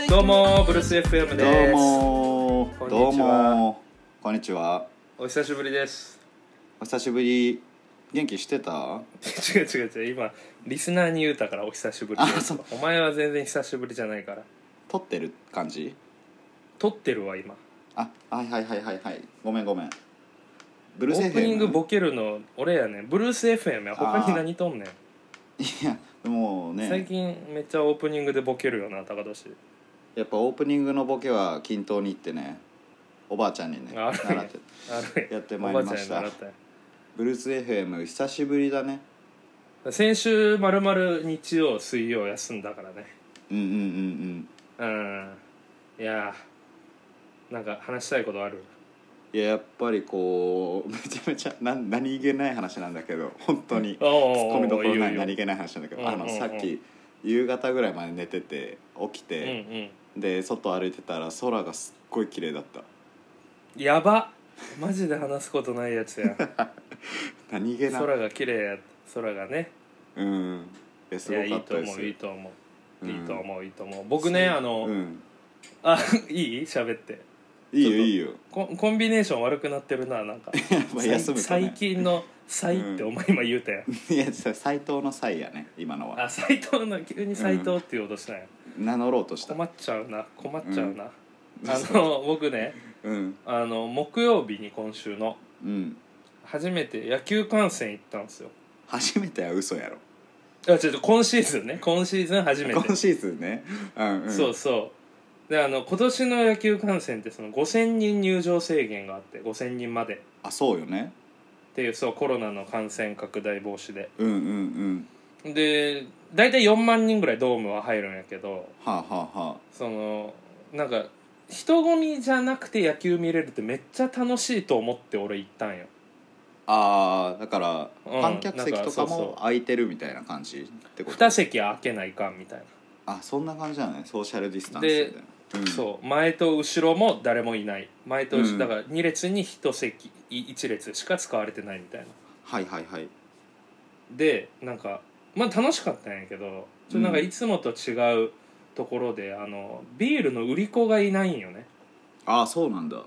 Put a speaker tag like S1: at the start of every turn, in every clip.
S1: ブルース FM
S2: ど
S1: で
S2: う
S1: す
S2: も
S1: こんにちは
S2: どうもこんにちは
S1: お久しぶりです
S2: お久しぶり元気してた
S1: 違う違う違う今リスナーに言うたからお久しぶりで
S2: あ
S1: す
S2: そう
S1: お前は全然久しぶりじゃないから
S2: 撮ってる感じ
S1: 撮ってるわ今
S2: あはいはいはいはいはいごめんごめんブ
S1: オ
S2: ルース FM
S1: ープニングボケるの俺やねんブルース FM や他に何撮んねん、
S2: いやもう
S1: 最
S2: ね
S1: 近めっちゃオープニングでボケるよな高俊
S2: やっぱオープニングのボケは均等にいってねおばあちゃんにね
S1: あ
S2: 習
S1: るんや
S2: って
S1: あれ
S2: やってまいりました
S1: おばあちゃんに習ったんや
S2: ブルース FM 久しぶりだね
S1: 先週まるまる日曜水曜休んだからね
S2: うんうんうん
S1: うんいやーなんか話したいことある
S2: うんいややっぱりこうめ ちゃめちゃな何気ない話なんだけど本当に
S1: ツッ
S2: ツッコミどころない
S1: 何
S2: 何気ない話なんだけ
S1: うん
S2: どあ
S1: う
S2: の
S1: んうん
S2: さっき夕方ぐらいまで寝てて起き
S1: うんう
S2: て
S1: ん
S2: で外歩いてたら空がすっごい綺麗だった
S1: やばマジで話すことないやつや
S2: 何気な
S1: 空が綺麗や空がね
S2: うんいや
S1: い
S2: す
S1: や
S2: ご
S1: い
S2: か
S1: い
S2: っ
S1: と
S2: たで
S1: 思
S2: す
S1: ういいと思う
S2: うん
S1: いいと思ういいと思う僕ねあ の、
S2: うん
S1: あいい喋って
S2: いい
S1: ちょっ
S2: よ
S1: と
S2: いいよ
S1: コンコンビネーション悪くなってるななん か
S2: まあ休むと
S1: 最
S2: ね
S1: 近の「最」ってお前今言うたやん、
S2: いやさ斎藤の際やね今のは
S1: あ斎藤の急に斎藤って言おうとしたんや、
S2: 名乗ろうとした
S1: 困っちゃうな困っちゃうな、
S2: うん
S1: あの僕ね
S2: うん
S1: あの木曜日に今週の
S2: うん
S1: 初めて野球観戦行ったんですよ
S2: 初めては嘘やろ
S1: あ違う違う今シーズンね今シーズン初めて
S2: 今シーズンねうんうん
S1: そうそうであの今年の野球観戦ってその5,000人入場制限があって5,000人までっ
S2: あそうよね
S1: ていうそうコロナの感染拡大防止で
S2: うんうんうん
S1: で大体4万人ぐらいドームは入るんやけど
S2: はあはあは
S1: そのなんか人混みじゃなくて野球見れるってめっちゃ楽しいと思って俺行ったんよ
S2: ああーだから
S1: うん
S2: 観客席と
S1: なん
S2: か
S1: かそうそう
S2: も空いてるみたいな感じってこと
S1: 2席は開けないかんみたい
S2: あそんな感じだねソーシャルディスタンスみ
S1: で
S2: たいな、う
S1: な、
S2: ん、う
S1: そう前と後ろも誰もいない前と後ろ、
S2: うん
S1: だから2列に1席1列しか使われてないみたいな
S2: はいはいはい
S1: でなんかまあ楽しかったんやけどちょっとなんか
S2: うん
S1: いつもと違うところで、あのビールの売り子がいないんよね
S2: ああそうなんだ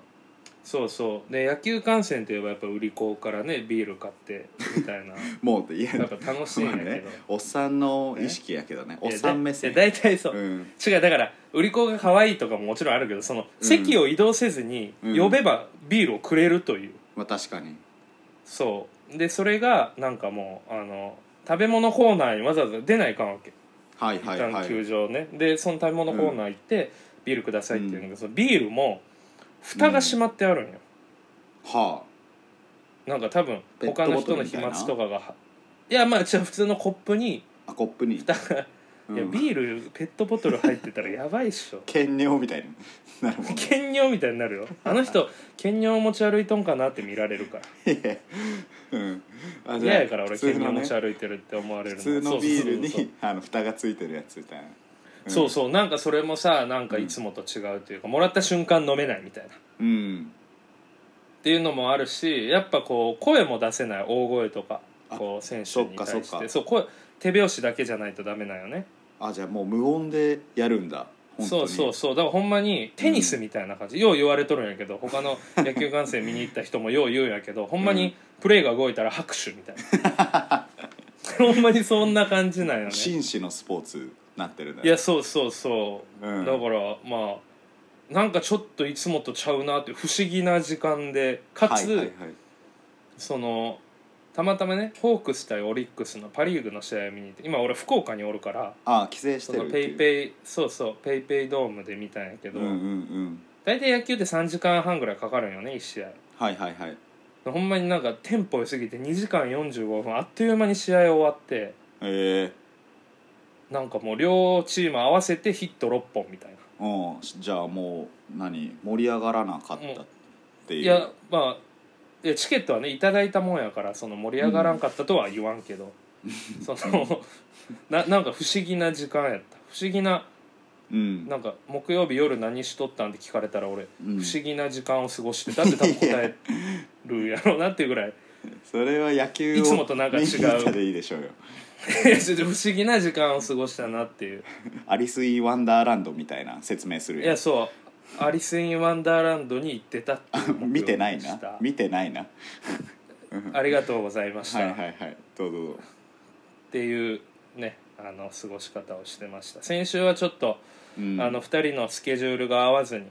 S1: そうそうで野球観戦といえばやっぱ売り子からねビール買ってみたい な
S2: もういや
S1: やっぱ楽しいん
S2: ま
S1: や
S2: あ
S1: けど、
S2: ねおっさんの意識やけどねおっさん目線
S1: いやだいたいそう、
S2: うん
S1: 違うだから売り子が可愛いとかももちろんあるけどその席を移動せずに
S2: うん
S1: 呼べばビールをくれるという、
S2: まあ確かに
S1: そうでそれがなんかもうあの食べ物コーナーにわざわざ出ないかんわけ
S2: はいはい
S1: 一
S2: は
S1: 旦球
S2: い
S1: 場ね、でその食べ物コーナー行って、ビールくださいっていうのがそのビールも蓋が閉まってあるんよ、
S2: は
S1: なんか多分
S2: ペッ
S1: 他
S2: ト
S1: の
S2: ボト
S1: 人
S2: ル
S1: の
S2: み
S1: 飛
S2: たいな
S1: 沫とかがはいやまあ違う普通のコップに
S2: ああコップに
S1: だから、
S2: うん
S1: いやビールペットボトル入ってたらやばいっしょ
S2: 兼尿みたいになるもんね
S1: 兼尿みたいになるよ あの人兼尿持ち歩いとんかなって見られるから
S2: いやうんあじゃあ
S1: 嫌やから俺
S2: 普通
S1: 兼
S2: の
S1: 尿持
S2: ね
S1: ち歩いてるって思われる
S2: 普通
S1: そ
S2: のビール
S1: うそうそうそう
S2: にあの蓋がついてるやつみたいなうん
S1: そうそうなんかそれもさなんかいつもと違うというか、もらった瞬間飲めないみたいな
S2: うん
S1: っていうのもあるしやっぱこう声も出せない大声とか
S2: あ
S1: こう選手に対してそ
S2: そっかそっか
S1: う声手拍子だけじゃないとダメなんよね
S2: あじゃあもう無音でやるんだ本当
S1: そ
S2: に
S1: うそうそうだからほんまにテニスみたいな感じ、よう言われとるんやけど他の野球観戦見に行った人もよう言うんやけどほんま
S2: う
S1: にプレーが動いたら拍手みたい なほんまにそんな感じなんよね
S2: 紳士のスポーツになってるんだ
S1: いやそうそうそう、
S2: うん
S1: だからまあなんかちょっといつもとちゃうなって不思議な時間でかつ、
S2: はいはいはい
S1: そのたまたまねホークス対オリックスのパ・リーグの試合を見に行って今俺福岡におるから
S2: あ帰省し
S1: そ
S2: てる
S1: の
S2: って
S1: ペ
S2: いう
S1: イペイそうそうペイペイドームで見たんやけど、
S2: うんうんうん
S1: 大体野球って3時間半ぐらいかかるんよね1試合
S2: はいはいはい
S1: ほんまになんかテンポ良すぎて2時間45分あっという間に試合終わって
S2: ええ
S1: なんかもう両チーム合わせてヒット6本みたいな
S2: うんじゃあもう何盛り上がらなかったっていう
S1: いやまあいやチケットはねいただいたもんやからその盛り上がらんかったとは言わんけど、そのななんか不思議な時間やった不思議な
S2: うん
S1: なんか木曜日夜何しとったんって聞かれたら俺、
S2: うん
S1: 不思議な時間を過ごしてたって多分答えるやろうなっていうぐらい
S2: それは野球を
S1: いつもとなんか違う
S2: 見に行ったでいいでしょうよ
S1: 不思議な時間を過ごしたなっていう
S2: アリス・イン・ワンダーランドみたいな説明する
S1: い
S2: や
S1: や
S2: つ
S1: そう「アリス・イン・ワンダーランド」に行ってたっていう目標
S2: 見てない
S1: でし
S2: な
S1: た
S2: 見てないな
S1: ありがとうございました、
S2: はいはいはいどうぞどうぞ
S1: っていうねあの過ごし方をしてました先週はちょっと、
S2: うん
S1: あの2人のスケジュールが合わずに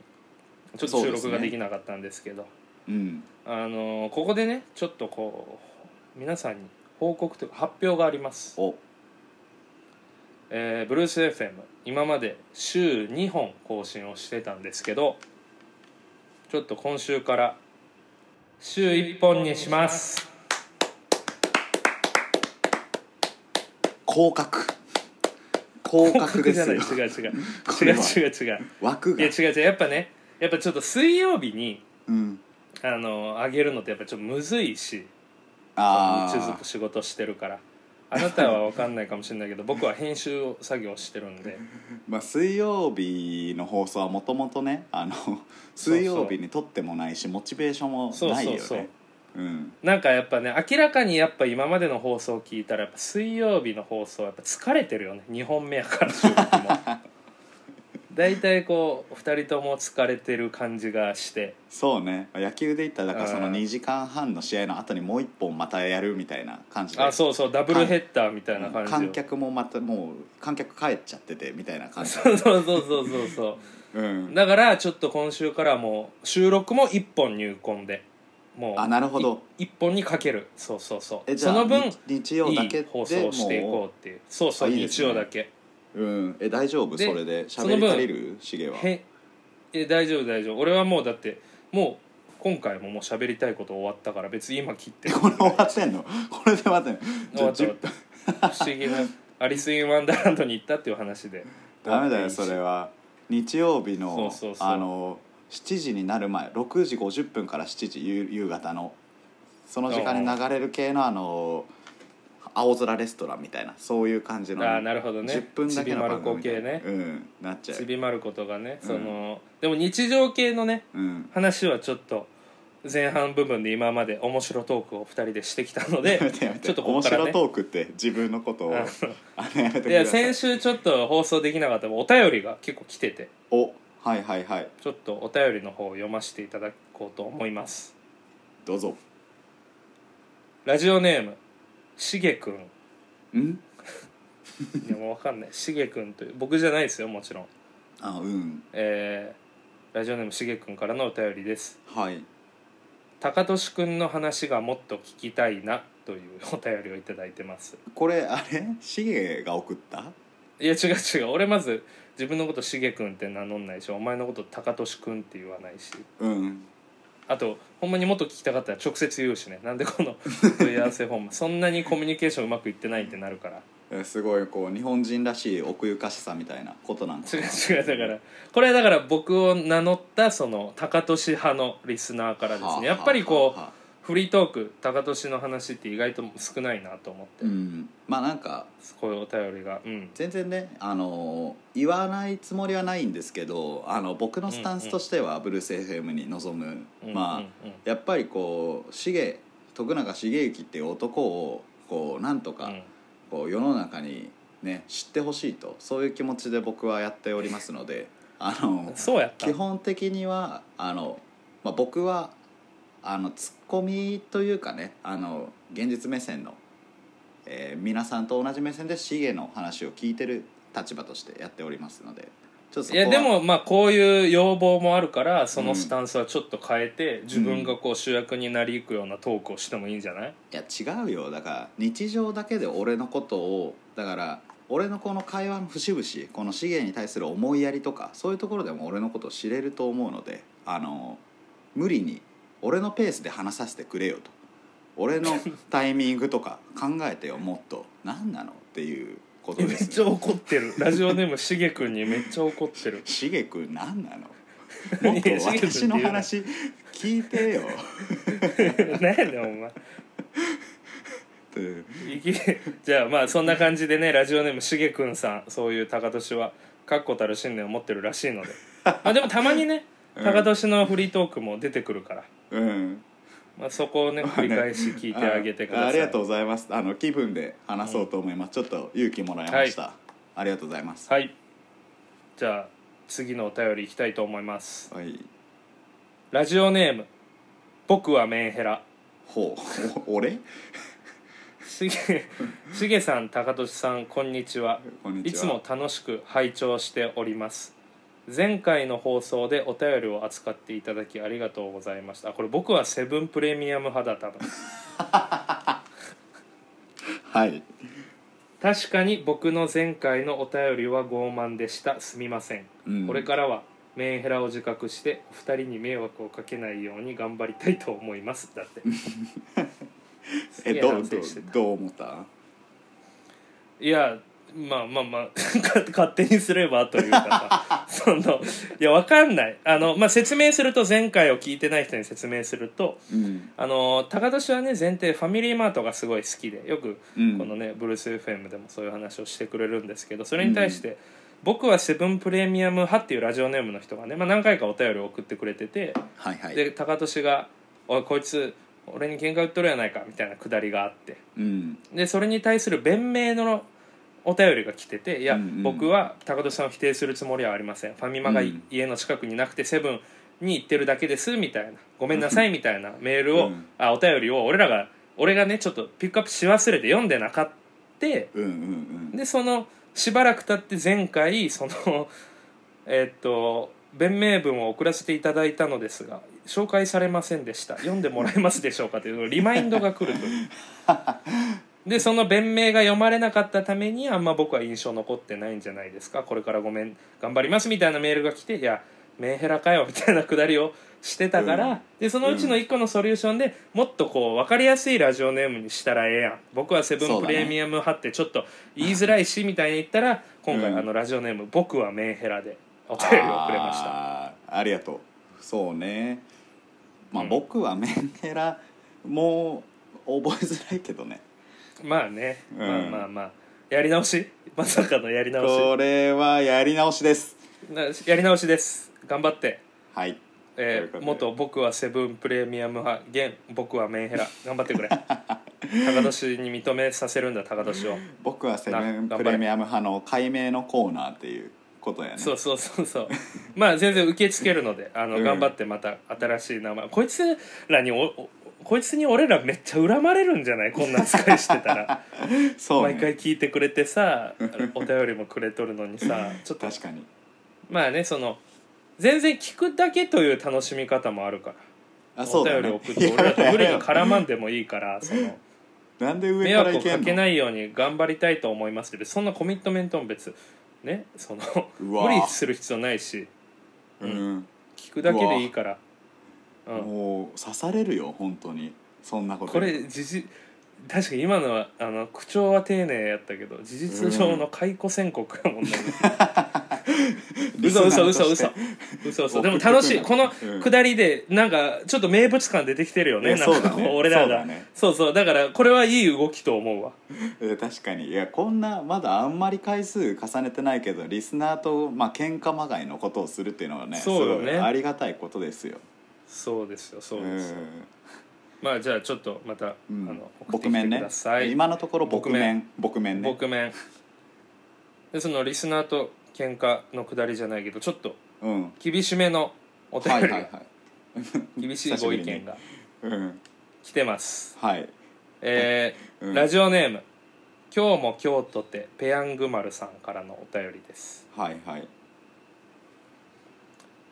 S1: ちょっと収録ができなかったんですけど
S2: うん
S1: あのここでねちょっとこう皆さんに報告というか発表があります、
S2: お
S1: えー、ブルース FM 今まで週2本更新をしてたんですけどちょっと今週から週1本にします
S2: 広角広角ですよ
S1: 違う違う
S2: こ
S1: 違
S2: れ
S1: う
S2: は
S1: 違う違う
S2: 枠
S1: い
S2: が
S1: や違う違うやっぱねやっぱちょっと水曜日に
S2: うん
S1: あの上げるのってやっぱちょっとむずいし
S2: あ
S1: 日続
S2: あ
S1: く仕事してるからあなたは分かんないかもしれないけど僕は編集を作業してるんで
S2: まあ水曜日の放送はもともとねあの水曜日に撮ってもないしモチベーションも
S1: そう
S2: ないよ
S1: そう
S2: ね
S1: そう、
S2: うん
S1: なんかやっぱね明らかにやっぱ今までの放送を聞いたらやっぱ水曜日の放送はやっぱ疲れてるよね2本目やから収録も 大体こう2人とも疲れてる感じがして
S2: そうね野球で言ったらだからその
S1: うん
S2: 2時間半の試合の後にもう1本またやるみたいな感じで
S1: あそうそうダブルヘッダーみたいな感じよ
S2: 観客もまたもう観客帰っちゃっててみたいな感じ
S1: そうそうそうそうそうそう
S2: うん
S1: だからちょっと今週からはもう収録も1本入魂でもう
S2: あなるほど
S1: 1本にかけるそうそうそう
S2: えじゃ
S1: そ
S2: あ
S1: の分
S2: 日日
S1: い
S2: 曜だけ
S1: い
S2: で
S1: 放送をしていこうっていうそうそう
S2: あいいです
S1: 日
S2: ね
S1: 曜だけ
S2: もううんえ大丈夫
S1: で
S2: それで
S1: その分
S2: 喋り足りるしげは
S1: へえ大丈夫大丈夫俺はもうだってもう今回ももう喋りたいこと終わったから別に今切 っても
S2: これ終わってんのこれで終わってんの
S1: 終わった
S2: じ
S1: 終
S2: ゃ
S1: わった不思議な アリス・イン・ワンダーランドに行ったっていう話で
S2: ダメだよそれは日曜日の
S1: そうそうそう
S2: あの7時になる前6時50分から7時夕夕方のその時間に流れる系のあの青空レストランみたいなそういう感じの
S1: ああなるほどね
S2: 10分だけの番組
S1: ちびまる子系ね
S2: うんなっちゃ
S1: ち
S2: う
S1: びまる子とかねその、でも日常系のね
S2: うん
S1: 話はちょっと前半部分で今まで面白トークを2人でしてきたの で
S2: やめてやめて
S1: ちょっとここ
S2: 面
S1: から
S2: 白
S1: ね
S2: トークって自分のことを
S1: あ
S2: あのやめてく
S1: いや
S2: ださい
S1: 先週ちょっと放送できなかったお便りが結構来てて
S2: おはいはいはい
S1: ちょっとお便りの方を読ませていただこうと思います
S2: どうぞ
S1: ラジオネームしげくん
S2: ん
S1: でも分かんないしげくんという僕じゃないですよもちろん
S2: あうん
S1: えーラジオネームしげくんからのお便りです
S2: はい
S1: たかとしくんの話がもっと聞きたいなというお便りをいただいてます
S2: これあれしげが送った
S1: いや違う違う俺まず自分のことしげくんって名乗んないしお前のことたかとしくんって言わないし
S2: うん
S1: あとほんまにもっと聞きたかったら直接言うしねなんでこの問い合わせフォームそんなにコミュニケーションうまくいってないってなるから
S2: えすごいこう日本人らしい奥ゆかしさみたいなことなんか
S1: 違う違うだからこれはだから僕を名乗ったその高俊派のリスナーからですねやっぱりこう
S2: はあはあはあ
S1: フリートーク高俊の話って意外と少ないなと思って、
S2: うんまあなんか
S1: こういうお便りがうん
S2: 全然ねあの言わないつもりはないんですけどあの僕のスタンスとしてはブルース FM に臨む、
S1: うん
S2: まあ、
S1: うんうん
S2: やっぱりこうしげ徳永茂之っていう男をこうなんとか、
S1: うん
S2: こう世の中にね知ってほしいとそういう気持ちで僕はやっておりますのであの
S1: そうやった
S2: 基本的にはあの、まあ、僕はあのツッコミというかねあの現実目線の、えー皆さんと同じ目線でシゲの話を聞いてる立場としてやっておりますのでちょっとそ
S1: い
S2: こは
S1: やでもまあこういう要望もあるからそのスタンスはちょっと変えて、自分がこう主役になりいくようなトークをしてもいいんじゃない、
S2: いや違うよだから日常だけで俺のことをだから俺のこの会話の節々この資源に対する思いやりとかそういうところでも俺のことを知れると思うのであの無理に俺のペースで話させてくれよと俺 のタイミングとか考えてよもっと何なのっていうこと
S1: め
S2: で
S1: っち
S2: す
S1: ゃ怒ってるラジオネームしげくんにめっちゃ怒ってる
S2: しげくん何なのもっと
S1: いやしげくんって
S2: 私
S1: 言うな
S2: の話聞いてよ
S1: 何やねんお前
S2: という
S1: いき じゃあまあそんな感じでねラジオネームしげくんさんそういう高俊は確固たる信念を持ってるらしいのでまあでもたまにね
S2: うん
S1: 高俊のフリートークも出てくるから、
S2: うん
S1: まあ、そこをね繰り返し聞いてあげてください
S2: あありがとうございますあの気分で話そうと思います、ちょっと勇気もらいました、ありがとうございます
S1: はいじゃあ次のお便りいきたいと思います
S2: はい
S1: ラジオネーム僕はメンヘラ
S2: ほう 俺
S1: しげ しげさん高俊さんこんにちは
S2: こんに
S1: い
S2: ちはい
S1: つも楽しく拝聴しております前回の放送でお便りを扱っていただきありがとうございましたあこれ僕はセブンプレミアム派だ 多分
S2: はい
S1: 確かに僕の前回のお便りは傲慢でしたすみません、
S2: うん
S1: これからはメンヘラを自覚してお二人に迷惑をかけないように頑張りたいと思いますだってす
S2: え
S1: げえ
S2: ど
S1: 反
S2: うど
S1: 省
S2: う
S1: してた
S2: どう思った
S1: いやまあまあまあ 勝手にすればというか さそのいやわかんないあの、まあ、説明すると前回を聞いてない人に説明すると
S2: うん、
S1: あの高年はね前提ファミリーマートがすごい好きでよく
S2: うん、
S1: このね、ブルース FM でもそういう話をしてくれるんですけどそれに対して、僕はセブンプレミアム派っていうラジオネームの人がね、まあ、何回かお便りを送ってくれてて、
S2: はいはい
S1: で高年が「おいこいつ俺に喧嘩売っとるやないか」みたいなくだりがあって
S2: うん
S1: でそれに対する弁明のお便りが来てて「いや、
S2: うんうん
S1: 僕は高俊さんを否定するつもりはありませんファミマがい、
S2: うん
S1: 家の近くになくてセブンに行ってるだけです」みたいな「ごめんなさい」みたいなメールを、
S2: うん
S1: あお便りを俺らが俺がねちょっとピックアップし忘れて読んでなかって
S2: うんうん
S1: でそのしばらく経って前回その えっと弁明文を送らせていただいたのですが紹介されませんでした読んでもらえますでしょうかというリマインドが来るというでその弁明が読まれなかったためにあんま僕は印象残ってないんじゃないですかこれからごめん頑張りますみたいなメールが来ていやメンヘラかよみたいなくだりをしてたから、
S2: うん
S1: でそのうちの1個のソリューションでもっとこう分かりやすいラジオネームにしたらええやん僕はセブンプレミアム派ってちょっと言いづらいしみたいに言ったら今回
S2: うん
S1: あのラジオネーム「僕はメンヘラ」でお
S2: あ
S1: 便りをくれました
S2: ーありがとうそうねまあ、
S1: うん
S2: 僕はメンヘラも覚えづらいけどね
S1: まあね、
S2: うん
S1: まあまあまあやり直しまさかのやり直
S2: これはやり直しです
S1: しなやり直しです頑張って、
S2: はいという
S1: え
S2: こ
S1: ー、
S2: とで
S1: 元僕はセブンプレミアム派現僕はメンヘラ頑張ってくれ高年に認めさせるんだ高年を、
S2: 僕はセブン
S1: な
S2: プレミアム派の解明のコーナーっていうことやね
S1: そうそうそうそう まあ全然受け付けるのであの、
S2: うん
S1: 頑張ってまた新しい名前こいつらにおおこいつに俺らめっちゃ恨まれるんじゃないこんな扱いしてたら、
S2: そうね
S1: 毎回聞いてくれて さお便りもくれとるのにさちょっと
S2: 確かに
S1: まあねその全然聞くだけという楽しみ方もあるから、
S2: あそ
S1: お
S2: うだ
S1: 便り
S2: ね
S1: 送って俺らと無理に
S2: いや
S1: 絡まんでもいい からその
S2: なんで上
S1: 迷
S2: から
S1: 惑
S2: い
S1: を
S2: け
S1: か
S2: ん
S1: け
S2: の
S1: ないように頑張りたいと思いますけどそんなコミットメントも別ねその
S2: うわ
S1: 無理する必要ないし
S2: うん、
S1: 聞くだけでいいから。うん
S2: もう刺されるよ本当にそんなこと
S1: これ時事確かに今のはあの口調は丁寧やったけど事実上の解雇宣告やもんね、
S2: リスナ
S1: 嘘
S2: ー
S1: 嘘
S2: として
S1: 嘘嘘嘘嘘でも
S2: 送ってくる
S1: 楽しいこの
S2: うん
S1: 下りでなんかちょっと名物感出てきてるよね
S2: いや
S1: なんか
S2: そうだ
S1: こう
S2: ね
S1: 俺ら
S2: そう
S1: が
S2: だね
S1: そうそうだからこれはいい動きと思うわ
S2: えー確かにいやこんなまだあんまり回数重ねてないけどリスナーとまあ喧嘩まがいのことをするっていうのはね
S1: そうよね
S2: すごいありがたいことですよ。
S1: そうですよそうですよ、
S2: ん
S1: まあじゃあちょっとまた、
S2: うん
S1: あの送って
S2: 僕
S1: きて
S2: 面
S1: く
S2: ね
S1: ださい、
S2: 今のところ僕面僕面ね
S1: 僕面でそのリスナーと喧嘩の下りじゃないけどちょっと
S2: うん
S1: 厳しめのお便
S2: はい
S1: り、
S2: はいはい
S1: 厳しいご意見が
S2: うん
S1: 来てます
S2: はい、
S1: えー
S2: うん
S1: ラジオネーム「今日も京都てペヤング丸さんからのお便りです
S2: はいはい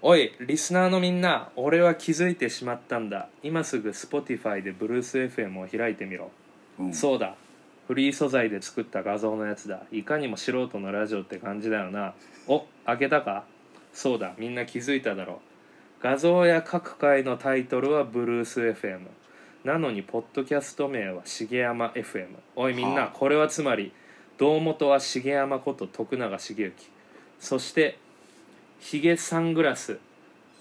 S1: おいリスナーのみんな俺は気づいてしまったんだ今すぐ Spotify でブルース FM を開いてみろ、
S2: うん
S1: そうだフリー素材で作った画像のやつだいかにも素人のラジオって感じだよなお開けたかそうだみんな気づいただろう画像や各回のタイトルはブルース FM なのにポッドキャスト名は茂山 FM おいみんな
S2: はあ
S1: これはつまり堂本は茂山こと徳永茂之そしてヒゲサングラス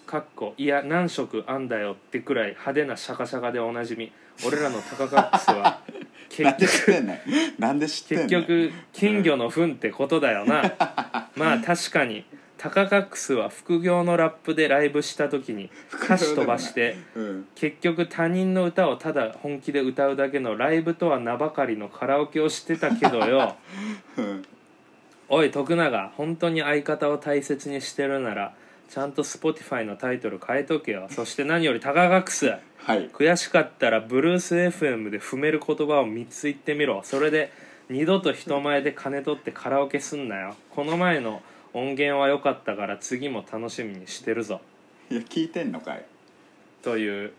S1: かっこいや何色あんだよってくらい派手なシャカシャカでおなじみ俺らのタカカックス は結
S2: なんで知っ
S1: 局
S2: てんねんなんで知ってんね
S1: 結
S2: ん
S1: 局金魚の糞ってことだよなまあ確かにタカカックスは副業のラップでライブした時に歌詞飛ばして
S2: うん
S1: 結局他人の歌をただ本気で歌うだけのライブとは名ばかりのカラオケをしてたけどよ
S2: うん
S1: おい徳永本当に相方を大切にしてるならちゃんと Spotify のタイトル変えとけよそして何よりタカカックス
S2: はい
S1: 悔しかったらブルース FM で踏める言葉を3つ言ってみろそれで二度と人前で金取ってカラオケすんなよこの前の音源は良かったから次も楽しみにしてるぞ
S2: いや聞いてんのかい
S1: という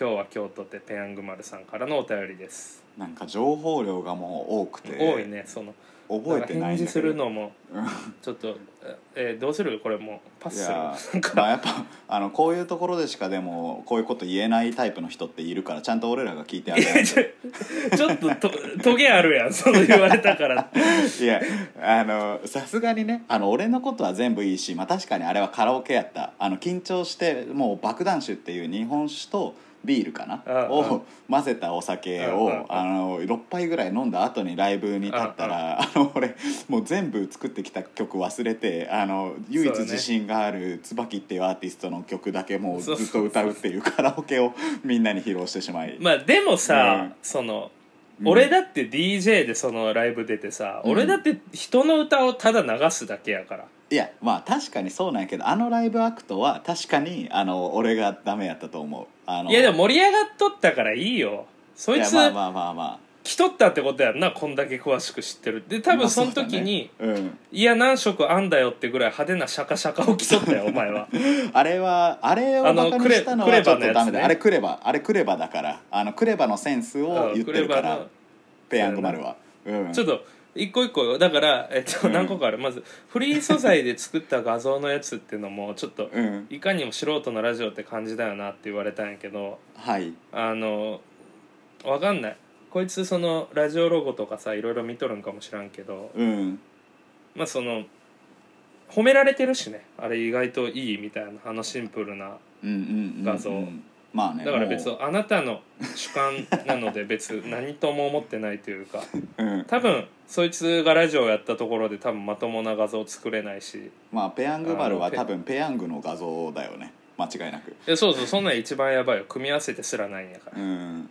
S1: 今日は京都でペヤング丸さんからのお便りです、
S2: なんか情報量がもう多くて
S1: 多いねその
S2: 覚えてな
S1: 返
S2: いんだけ
S1: 事
S2: ど
S1: するの も
S2: うん
S1: ちょっとえーどうするこれもうパ
S2: い
S1: スする
S2: やまあやっぱあのこういうところでしかでもこういうこと言えないタイプの人っているからちゃんと俺らが聞いてあ げないと
S1: ちょっととトゲあるやんその言われたからって
S2: いやあのさすがにねあの俺のことは全部いいし、まあ、確かにあれはカラオケやったあの緊張してもう爆弾酒っていう日本酒とビールかな
S1: うんう
S2: を混ぜたお酒
S1: うんうんう
S2: を
S1: ん
S2: あの6杯ぐらい飲んだ後にライブに立ったらあの俺もう全部作ってきた曲忘れてあの唯一
S1: そうだね
S2: 自信がある椿っていうアーティストの曲だけもうず
S1: そう
S2: っ
S1: そう
S2: と歌うっていうカラオケをみんなに披露してしまい、
S1: まあでもさ、
S2: うん
S1: その
S2: うん
S1: 俺だって DJ でそのライブ出てさ、
S2: うん
S1: 俺だって人の歌をただ流すだけやから
S2: いやまあ確かにそうなんやけどあのライブアクトは確かにあの俺がダメやったと思うあの
S1: いやでも盛り上がっとったからいいよそ
S2: い
S1: い
S2: や
S1: つ
S2: まあまあまあま
S1: 来とったってことやんなこんだけ詳しく知ってるで
S2: あ
S1: 多分その時に、、
S2: まあそうだね
S1: いや何色あんだよってぐらい派手なシャカシャカを着とった よお前は
S2: うん、あれはあれをバカにしたの
S1: あのク
S2: は
S1: レ
S2: ちょ
S1: クレバ
S2: っ
S1: のや
S2: と
S1: つ
S2: ダメだ、
S1: ね
S2: あれクレバあれクレバだからあのクレバのセンスを言ってるか
S1: う
S2: ら
S1: ん
S2: ペヤング丸は、うん、
S1: ちょっと一個一個だから、えっと、
S2: うん
S1: 何個かある、まずフリー素材で作った画像のやつっていうのもちょっと
S2: うん
S1: いかにも素人のラジオって感じだよなって言われたんやけど
S2: はい
S1: あのわかんないこいつそのラジオロゴとかさいろいろ見とるんかもしらんけど
S2: うん
S1: まあその褒められてるしねあれ意外といいみたいなあのシンプルな
S2: うんうんうんうん
S1: 画像
S2: まあね
S1: だから
S2: もう
S1: 別にあなたの主観なので別に何とも思ってないというか
S2: うん、
S1: 多分そいつがラジオやったところで多分まともな画像作れないし
S2: まあペヤング丸
S1: あ
S2: は
S1: のペ
S2: 多分ペヤングの画像だよね間違いなく
S1: えそうそうそんなん一番やばいよ組み合わせてすらないんやから
S2: うん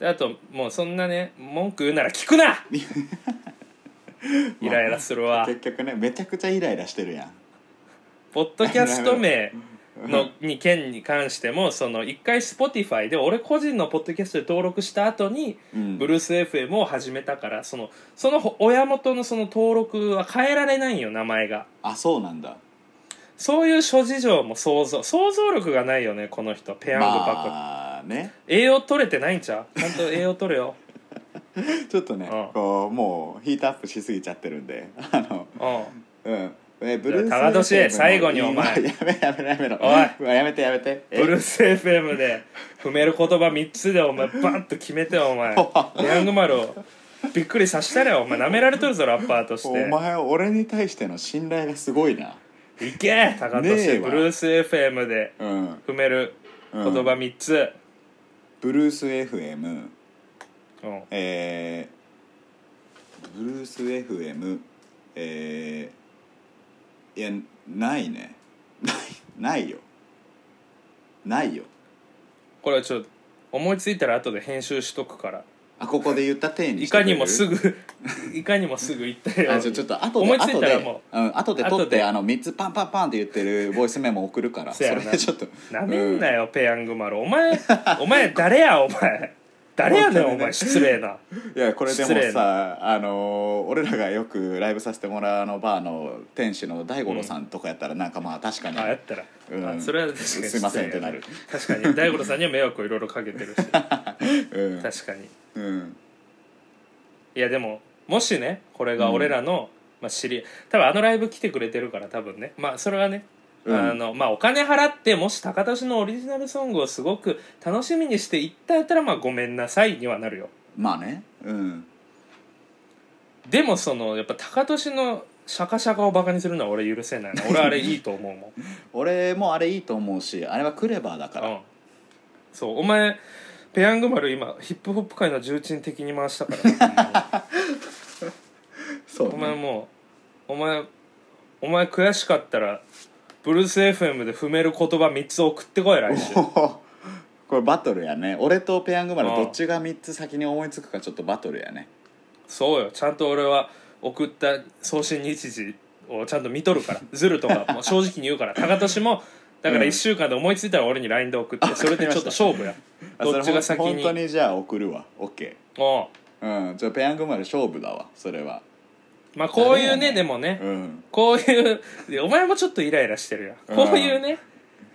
S1: であともうそんなね文句言うなら聞くなイライラするわ
S2: 結局ねめちゃくちゃイライラしてるやん
S1: ポッドキャスト名のに件に関してもその一回 Spotify で俺個人のポッドキャストで登録した後に
S2: うん
S1: ブルース FM を始めたからそのその親元のその登録は変えられないんよ名前が
S2: あそうなんだ
S1: そういう諸事情も想像想像力がないよねこの人ペヤングばっか、
S2: まあね
S1: 栄養取れてないんちゃうちゃんと栄養取れよ
S2: ちょっとね、
S1: うん
S2: こうもうヒートアップしすぎちゃってるんで あの
S1: うん
S2: うんえブルース
S1: 高年
S2: FM の
S1: 最後にお前
S2: やめやめやめろ
S1: おいう
S2: わやめてやめてえ
S1: ブルース FM で踏める言葉3つでお前バンと決めてよお 前ペヤング丸をびっくりさせたらよお前舐められとるぞラッパーとし
S2: お
S1: て
S2: 前俺に対しての信頼がすごいない
S1: け高
S2: ねえ
S1: 俊
S2: わ
S1: ブルース FM で
S2: うん
S1: 踏める言葉3つ、
S2: ブルース FM
S1: うん
S2: えー、ブルース FM えー、いやないね ないないよないよ
S1: これはちょっと思いついたら後で編集しとくから
S2: あここで言った手に
S1: い
S2: して
S1: か
S2: くれる
S1: にもすぐ いかにもすぐ言ったよう
S2: あ
S1: に
S2: じゃあちょっと後で
S1: 思いつい
S2: 後
S1: たら
S2: で
S1: も
S2: うん後で
S1: 後
S2: 取
S1: で
S2: ってあの三つパンパンパンって言ってるボイスメモ送るからそ
S1: せや
S2: れ
S1: な
S2: でちょっと
S1: なめんな
S2: よ、
S1: よ、ペヤング丸お前 お前誰やお前誰やねんお前失礼な
S2: うんいやこれで
S1: 失
S2: も
S1: 礼
S2: さあのー俺らがよくライブさせてもらうあのバーの店主の大五郎さんとかやったらなんかまあ確かに、
S1: あやったら、
S2: うん
S1: あそれは確かに失礼やね
S2: すいませんってなる
S1: 確かに大五郎さんには迷惑をいろいろかけてるし確
S2: うん
S1: かに
S2: うん
S1: いやでももしねこれが俺らの、まあ、知り合い多分あのライブ来てくれてるから多分ねまあそれはね、
S2: うん
S1: あのまあ、お金払ってもし高田氏のオリジナルソングをすごく楽しみにして行ったやったらまあごめんなさいにはなるよ
S2: まあねうん
S1: でもそのやっぱ高田氏のシャカシャカをバカにするのは俺許せない な俺あれいいと思うもん
S2: 俺もあれいいと思うしあれはクレバーだから、
S1: うん、そうお前ペヤング丸今ヒップホップ界の重鎮的に回 したからな
S2: そう
S1: お前
S2: ね
S1: もうお前お前悔しかったらブルース FM で踏める言葉3つ送ってこい来週
S2: これバトルやね俺とペヤング丸どっちが3つ先に思いつくかちょっとバトルやね
S1: そうよちゃんと俺は送った送信日時をちゃんと見とるからズルとか も正直に言うから高俊もだから
S2: うん
S1: 1週間で思いついたら俺に LINE で送って、それでちょっと勝負や
S2: あそ
S1: ど
S2: れ
S1: っちが先
S2: ほん
S1: に
S2: 本当にじゃあ送るわ OK
S1: お
S2: うんじゃあペヤング丸勝負だわそれは
S1: うまあこういう
S2: あれ
S1: ね
S2: やね
S1: でもね、
S2: うん
S1: こういういやお前もちょっとイライラしてるやんこういうね、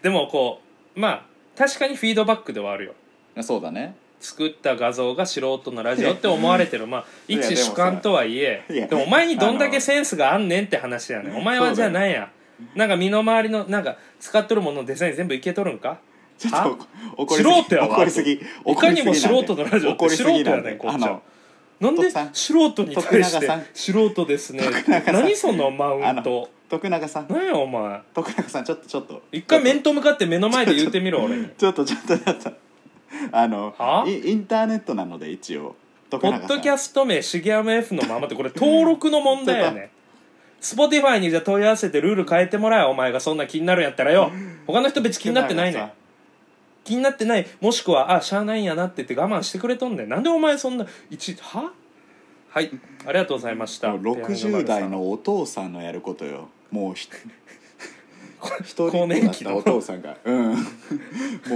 S1: でもこうまあ確かにフィードバックではあるよ
S2: あそうだね
S1: 作った画像が素人のラジオって思われてるまあ
S2: いや
S1: 一主観とはいえ
S2: いや
S1: でもお前にどんだけセンスがあんねんって話やねんお前はじゃあなんやなんか身の回りのなんか使っとるもののデザイン全部いけとるんか
S2: ちょっ
S1: あ
S2: と怒りすぎ
S1: 素人やわ
S2: 怒りすぎ
S1: いかにも素人のラジオって
S2: 怒りすぎな
S1: 素
S2: ん
S1: 人や
S2: で
S1: ねんこっちは
S2: あ
S1: な
S2: の
S1: んで
S2: 徳さん
S1: 素人に対し
S2: 徳永
S1: て
S2: さん
S1: 素人ですね何そのマウント
S2: 徳永さん
S1: 何やお前
S2: 徳永さんちょっとちょっと
S1: 一回面と向かって目の前で言ってみろ俺に
S2: ちょっとちょっとちょっとあの
S1: はい
S2: インターネットなので一応徳
S1: ポ
S2: 永さ
S1: ッ
S2: ん
S1: ドキャスト名シゲアム F のままってこれ登録の問題やね Spotify にじゃあ問い合わせてルール変えてもらえお前がそんな気になるんやったらよ他の人別に気になってないねん気になってないもしくはあしゃあないんやなって言って我慢してくれとんねんなんでお前そんな一ははいありがとうございました
S2: もう60代のお父さんのやることよも うひ一人
S1: 更
S2: っ子だ
S1: 年
S2: っ
S1: 期
S2: た
S1: の
S2: お父さんが、うん、 も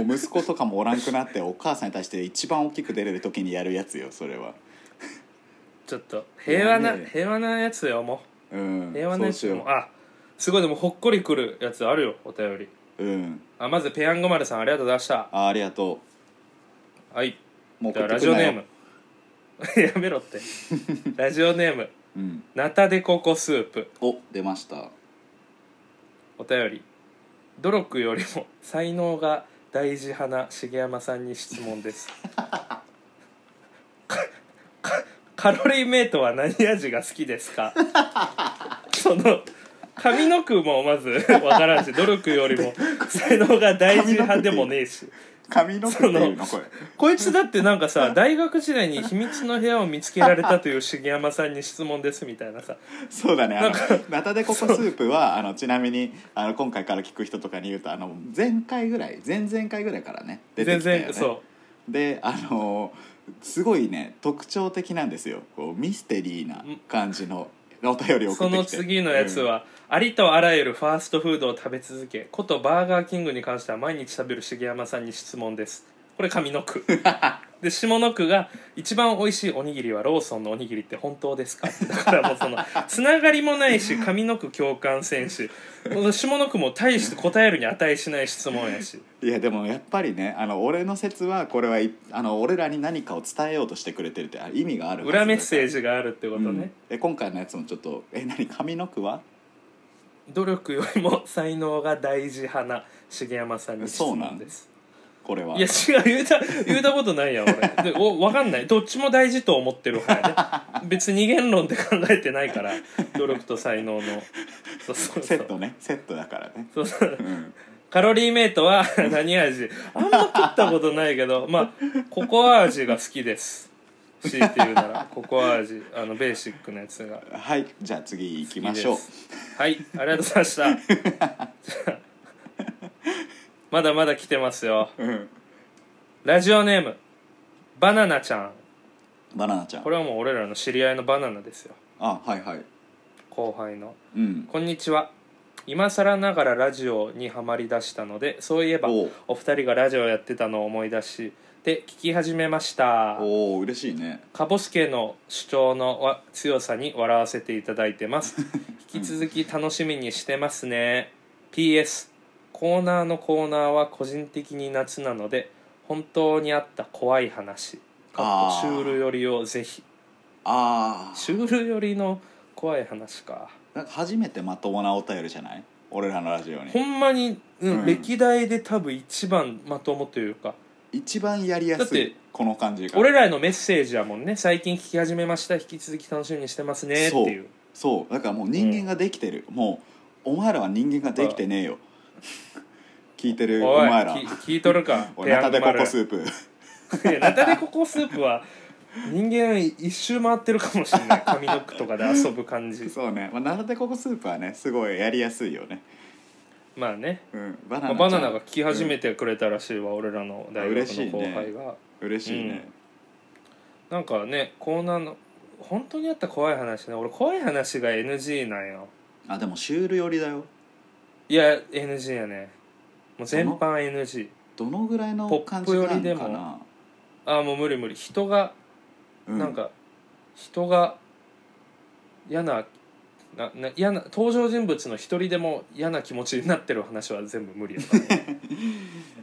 S2: う息子とかもおらんくなってお母さんに対して一番大きく出れる時にやるやつよそれは、
S1: ちょっと平和な
S2: やめえ
S1: 平和なやつよも
S2: うん、
S1: う平和なやつ
S2: そうし
S1: よも
S2: よ
S1: うあすごいでもほっこりくるやつあるよお便り
S2: う、うん、
S1: あまずペヤンゴ丸さんありがとうございました
S2: あありがと
S1: はい。
S2: うもう
S1: じゃあ
S2: 送っ
S1: ラ
S2: て
S1: ジ
S2: く
S1: オ
S2: んな
S1: ネ
S2: よ
S1: ーム。 やめろ って。ラジオネーム、
S2: うん、
S1: ナタデココスープ。
S2: お出ました
S1: お便り。努力よりも才能が大事派な重山さんに質問です。カロリーメイトは何味が好きです かその上の句もまず分からんし努力よりも才能が大事派でもねえし
S2: 髪の毛っていうのこれ
S1: こいつだってなんかさ大学時代に秘密の部屋を見つけられたという重山さんに質問ですみたいなさ
S2: そうだねあのナタデココスープはあのちなみにあの今回から聞く人とかに言うとあの前回ぐらい前々回ぐらいからね出て
S1: 全
S2: きたよね
S1: 然そ
S2: であのすごいね特徴的なんですよこうミステリーな感じのお便りを
S1: う
S2: 送
S1: そ
S2: ってきて
S1: の次のやつ、は、ありとあらゆるファーストフードを食べ続けことバーガーキングに関しては毎日食べる重山さんに質問ですこれ上の 句で下の句が「一番美味しいおにぎりはローソンのおにぎりって本当ですか?」だからもうそのつながりもないし上の句共感せんしこの下の句も大して答えるに値しない質問やし
S2: うんいやでもやっぱりねあの俺の説はこれはいあの俺らに何かを伝えようとしてくれてるってあ意味があるはずだから
S1: 裏メッセージがあるってことね、
S2: うんえ今回のやつもちょっとえ何上の句は
S1: 努力よりも才能が大事派な重山さんに質問です
S2: これはい
S1: や違う言うた言うたことないやん俺でお分かんないどっちも大事と思ってる方やね別に二元論で考えてないから努力と才能のそうそうそ
S2: セッ
S1: う
S2: トねセットだからね
S1: そうそう
S2: うん
S1: カロリーメイトは何味あんま食ったことないけどまあココア味が好きです強いて言うならココア味あのベーシックなやつが
S2: はいじゃあ次行きましょう
S1: いいですはいありがとうございました じゃあまだまだ来てますよ
S2: うん
S1: ラジオネームバナナちゃん
S2: バナナちゃん
S1: これはもう俺らの知り合いのバナナですよ
S2: あはいはい
S1: 後輩の
S2: うん
S1: こんにちは今更ながらラジオにはまりだしたのでそういえば
S2: おう
S1: お二人がラジオやってたのを思い出して聞き始めました
S2: おお嬉しいね
S1: カボスケの主張のわ強さに笑わせていただいてます 引き続き楽しみにしてますね PS コーナーのコーナーは個人的に夏なので本当にあった怖い話かっ
S2: あー
S1: こシュール寄りをぜひ
S2: ああ
S1: シュール寄りの怖い話か
S2: なんか初めてまともなお便りじゃない俺らのラジオに
S1: ほんまに、うん
S2: うん
S1: 歴代で多分一番まともというか
S2: 一番やりや
S1: だっ
S2: す
S1: て
S2: いこの感じが
S1: 俺らへのメッセージやもんね最近聞き始めました引き続き楽しみにしてますねっていう
S2: そうだからもう人間ができてる、もうお前らは人間ができてねえよ聞いてるお
S1: おい
S2: 前ら
S1: き聞いとるか
S2: おいナタデ
S1: ペ
S2: コ
S1: ヤング丸
S2: コスープ
S1: いやナタデココスープは人間一周回ってるかもしれない髪の毛とかで遊ぶ感じ
S2: そうね、まあ、奈良でここスープはねすごいやりやすいよね、
S1: まあね、
S2: うん、バ
S1: ま
S2: ナナ
S1: あ、バナナが来始めてくれたらしいわ、俺らの大学
S2: 嬉しい
S1: の
S2: ね
S1: 後輩が、
S2: 嬉しいね、
S1: なんかねコーナーの本当にあった怖い話ね俺怖い話が NG なんよ
S2: あでもシュール寄りだよ
S1: いや NG やねもう全般 NG
S2: どのぐらいの
S1: ポップ
S2: 感じなの
S1: 寄りで
S2: かな
S1: もああもう無理無理人が
S2: う
S1: なんか人が嫌ななな嫌な登場人物の一人でも嫌な気持ちになってる話は全部無理やからね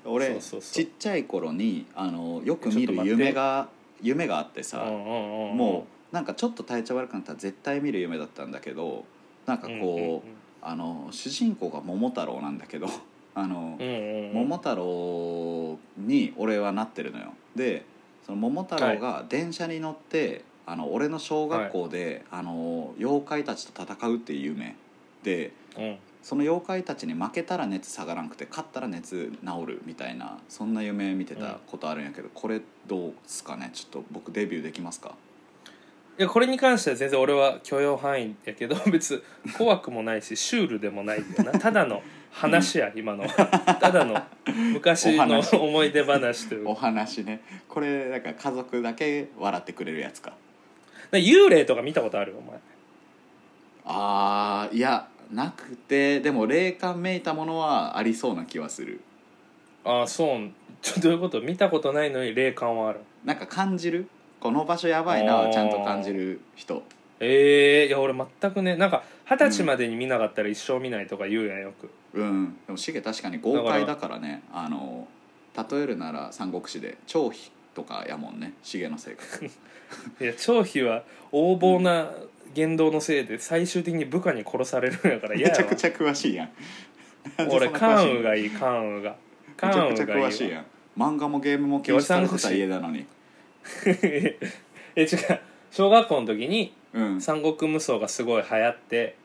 S2: 俺
S1: そうそうそう
S2: ちっちゃい頃にあのよく
S1: ちょ
S2: 見
S1: っと
S2: る
S1: 待って
S2: 夢が夢があってさ、
S1: うんうんうんうん
S2: もうなんかちょっと体調悪くなったら絶対見る夢だったんだけどなんかこう、あの主人公が桃太郎なんだけど あの、
S1: うんうんうんうんうん
S2: 桃太郎に俺はなってるのよでその桃太郎が電車に乗って、あの俺の小学校で、あの妖怪たちと戦うっていう夢で
S1: うん
S2: その妖怪たちに負けたら熱下がらんくて勝ったら熱治るみたいなそんな夢見てたことあるんやけど、これどうですかねちょっと僕デビューできますか
S1: いやこれに関しては全然俺は許容範囲やけど 別に怖くもないしシュールでもないんだよなただの話や、今のはただの昔
S2: お
S1: の
S2: 話
S1: 思い出話という
S2: お
S1: か
S2: 話ねこれなんか家族だけ笑ってくれるやつか
S1: 幽霊とか見たことあるお前
S2: あーいやなくてでも霊感めいたものはありそうな気はする
S1: ああそうちょどういうこと見たことないのに霊感はある
S2: なんか感じるこの場所やばいな
S1: あ
S2: は
S1: ー
S2: ちゃんと感じる人
S1: ええいや俺全くねなんか二十歳までに見なかったら一生見ないとか言うやんよく、
S2: うんでもシゲ確かに豪快だからねあの例えるなら三国志で張飛とかやもんねシゲの性格
S1: いや張飛は横暴な言動のせいで最終的に部下に殺されるんやから嫌や
S2: めちゃ
S1: わ
S2: くちゃ詳しい やんなんでそん
S1: 俺
S2: な詳しい
S1: 関羽がいい関羽が
S2: めちゃ
S1: 関
S2: くち
S1: 羽
S2: ゃ
S1: がいいわ
S2: 詳しいやん漫画もゲームも禁止されてた家なのに
S1: え違う小学校の時に
S2: うん
S1: 三国無双がすごい流行って、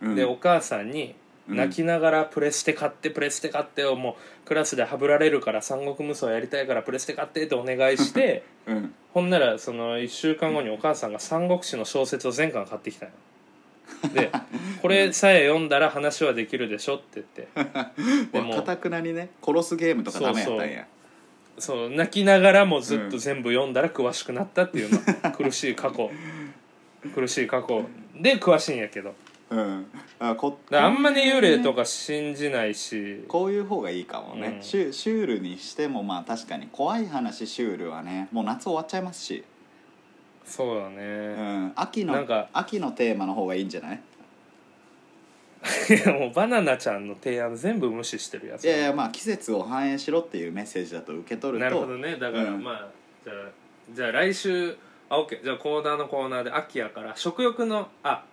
S2: うん
S1: でお母さんに
S2: うん
S1: 泣きながらプレステ買ってプレステ買ってをもうクラスでハブられるから三国無双やりたいからプレステ買ってってお願いして
S2: うん
S1: ほんならその1週間後にお母さんが三国志の小説を全巻買ってきたよ でこれさえ読んだら話はできるでしょって言ってでも
S2: かたくなにね殺すゲームとかダメやったんや
S1: そう泣きながらもずっと全部読んだら詳しくなったっていう、まあ 苦しい過去苦しい過去で詳しいんやけど
S2: うんあこ
S1: だからあんまね幽霊とか信じないし
S2: こういう方がいいかもね、
S1: うん
S2: シュシュールにしてもまあ確かに怖い話シュールはねもう夏終わっちゃいますし、
S1: そうだ
S2: う
S1: ね、
S2: ん、秋の
S1: なんか
S2: 秋のテーマの方がいいんじゃない
S1: いや もうバナナちゃんの提案全部無視してるやつ
S2: いやいやまあ季節を反映しろっていうメッセージだと受け取
S1: な
S2: る
S1: るほど
S2: と
S1: ねだから、
S2: うん
S1: まあじゃあじゃあ来週あ OK じゃあコーナーのコーナーで秋やから食欲のあ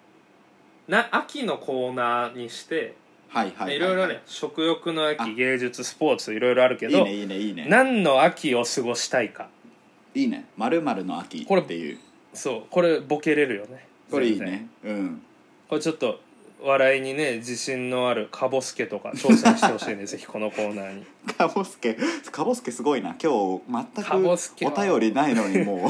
S1: な秋のコーナーにして、
S2: はいはいはい
S1: ろいろね食欲の秋芸術スポーツいろいろあるけ
S2: いい
S1: ど
S2: ねいいねいいね
S1: 何の秋を過ごしたいか
S2: いいねまるの秋
S1: これ
S2: っていう
S1: そうこれボケれるよね
S2: これいい
S1: 全然
S2: ねうん
S1: これちょっと笑いにね自信のあるカボスケとか挑戦してほしい ねぜひこのコーナーに
S2: カボスケカボスケすごいな今
S1: カボスケ
S2: 日全
S1: は
S2: くお便りないのにも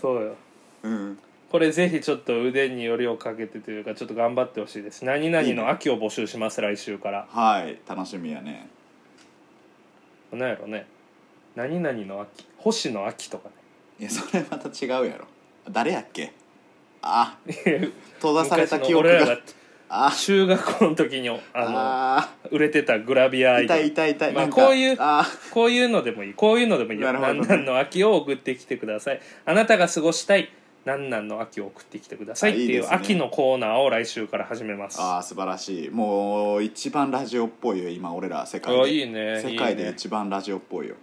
S1: そうよ
S2: ううん
S1: これぜひちょっと腕によりをかけてというかちょっと頑張ってほしいです何々の秋を募集します来週から
S2: はい楽しみやね
S1: 何やろね何々の秋星の秋とか
S2: いやそれまた違うやろ誰やっけ あ
S1: ね
S2: 閉ざされた記憶
S1: 俺らが
S2: が あ
S1: 中学校の時にあ
S2: あ
S1: の売れてたグラビアア
S2: ー
S1: イド
S2: 痛
S1: ル
S2: い痛い痛い、
S1: まあ
S2: なんか
S1: こういう
S2: あ
S1: こういうのでもいいこういうのでもいいよ
S2: なるほど
S1: なん
S2: ね
S1: なんの秋を送ってきてくださいあなたが過ごしたいなんなんの秋を送ってきてくださいって
S2: あいい
S1: い
S2: で
S1: う
S2: すね
S1: 秋のコーナーを来週から始めます
S2: あー素晴らしいもう一番ラジオっぽいよ今俺ら世界
S1: あ
S2: で
S1: いいね
S2: 世界
S1: いい
S2: で
S1: ね
S2: 一番ラジオっぽいよ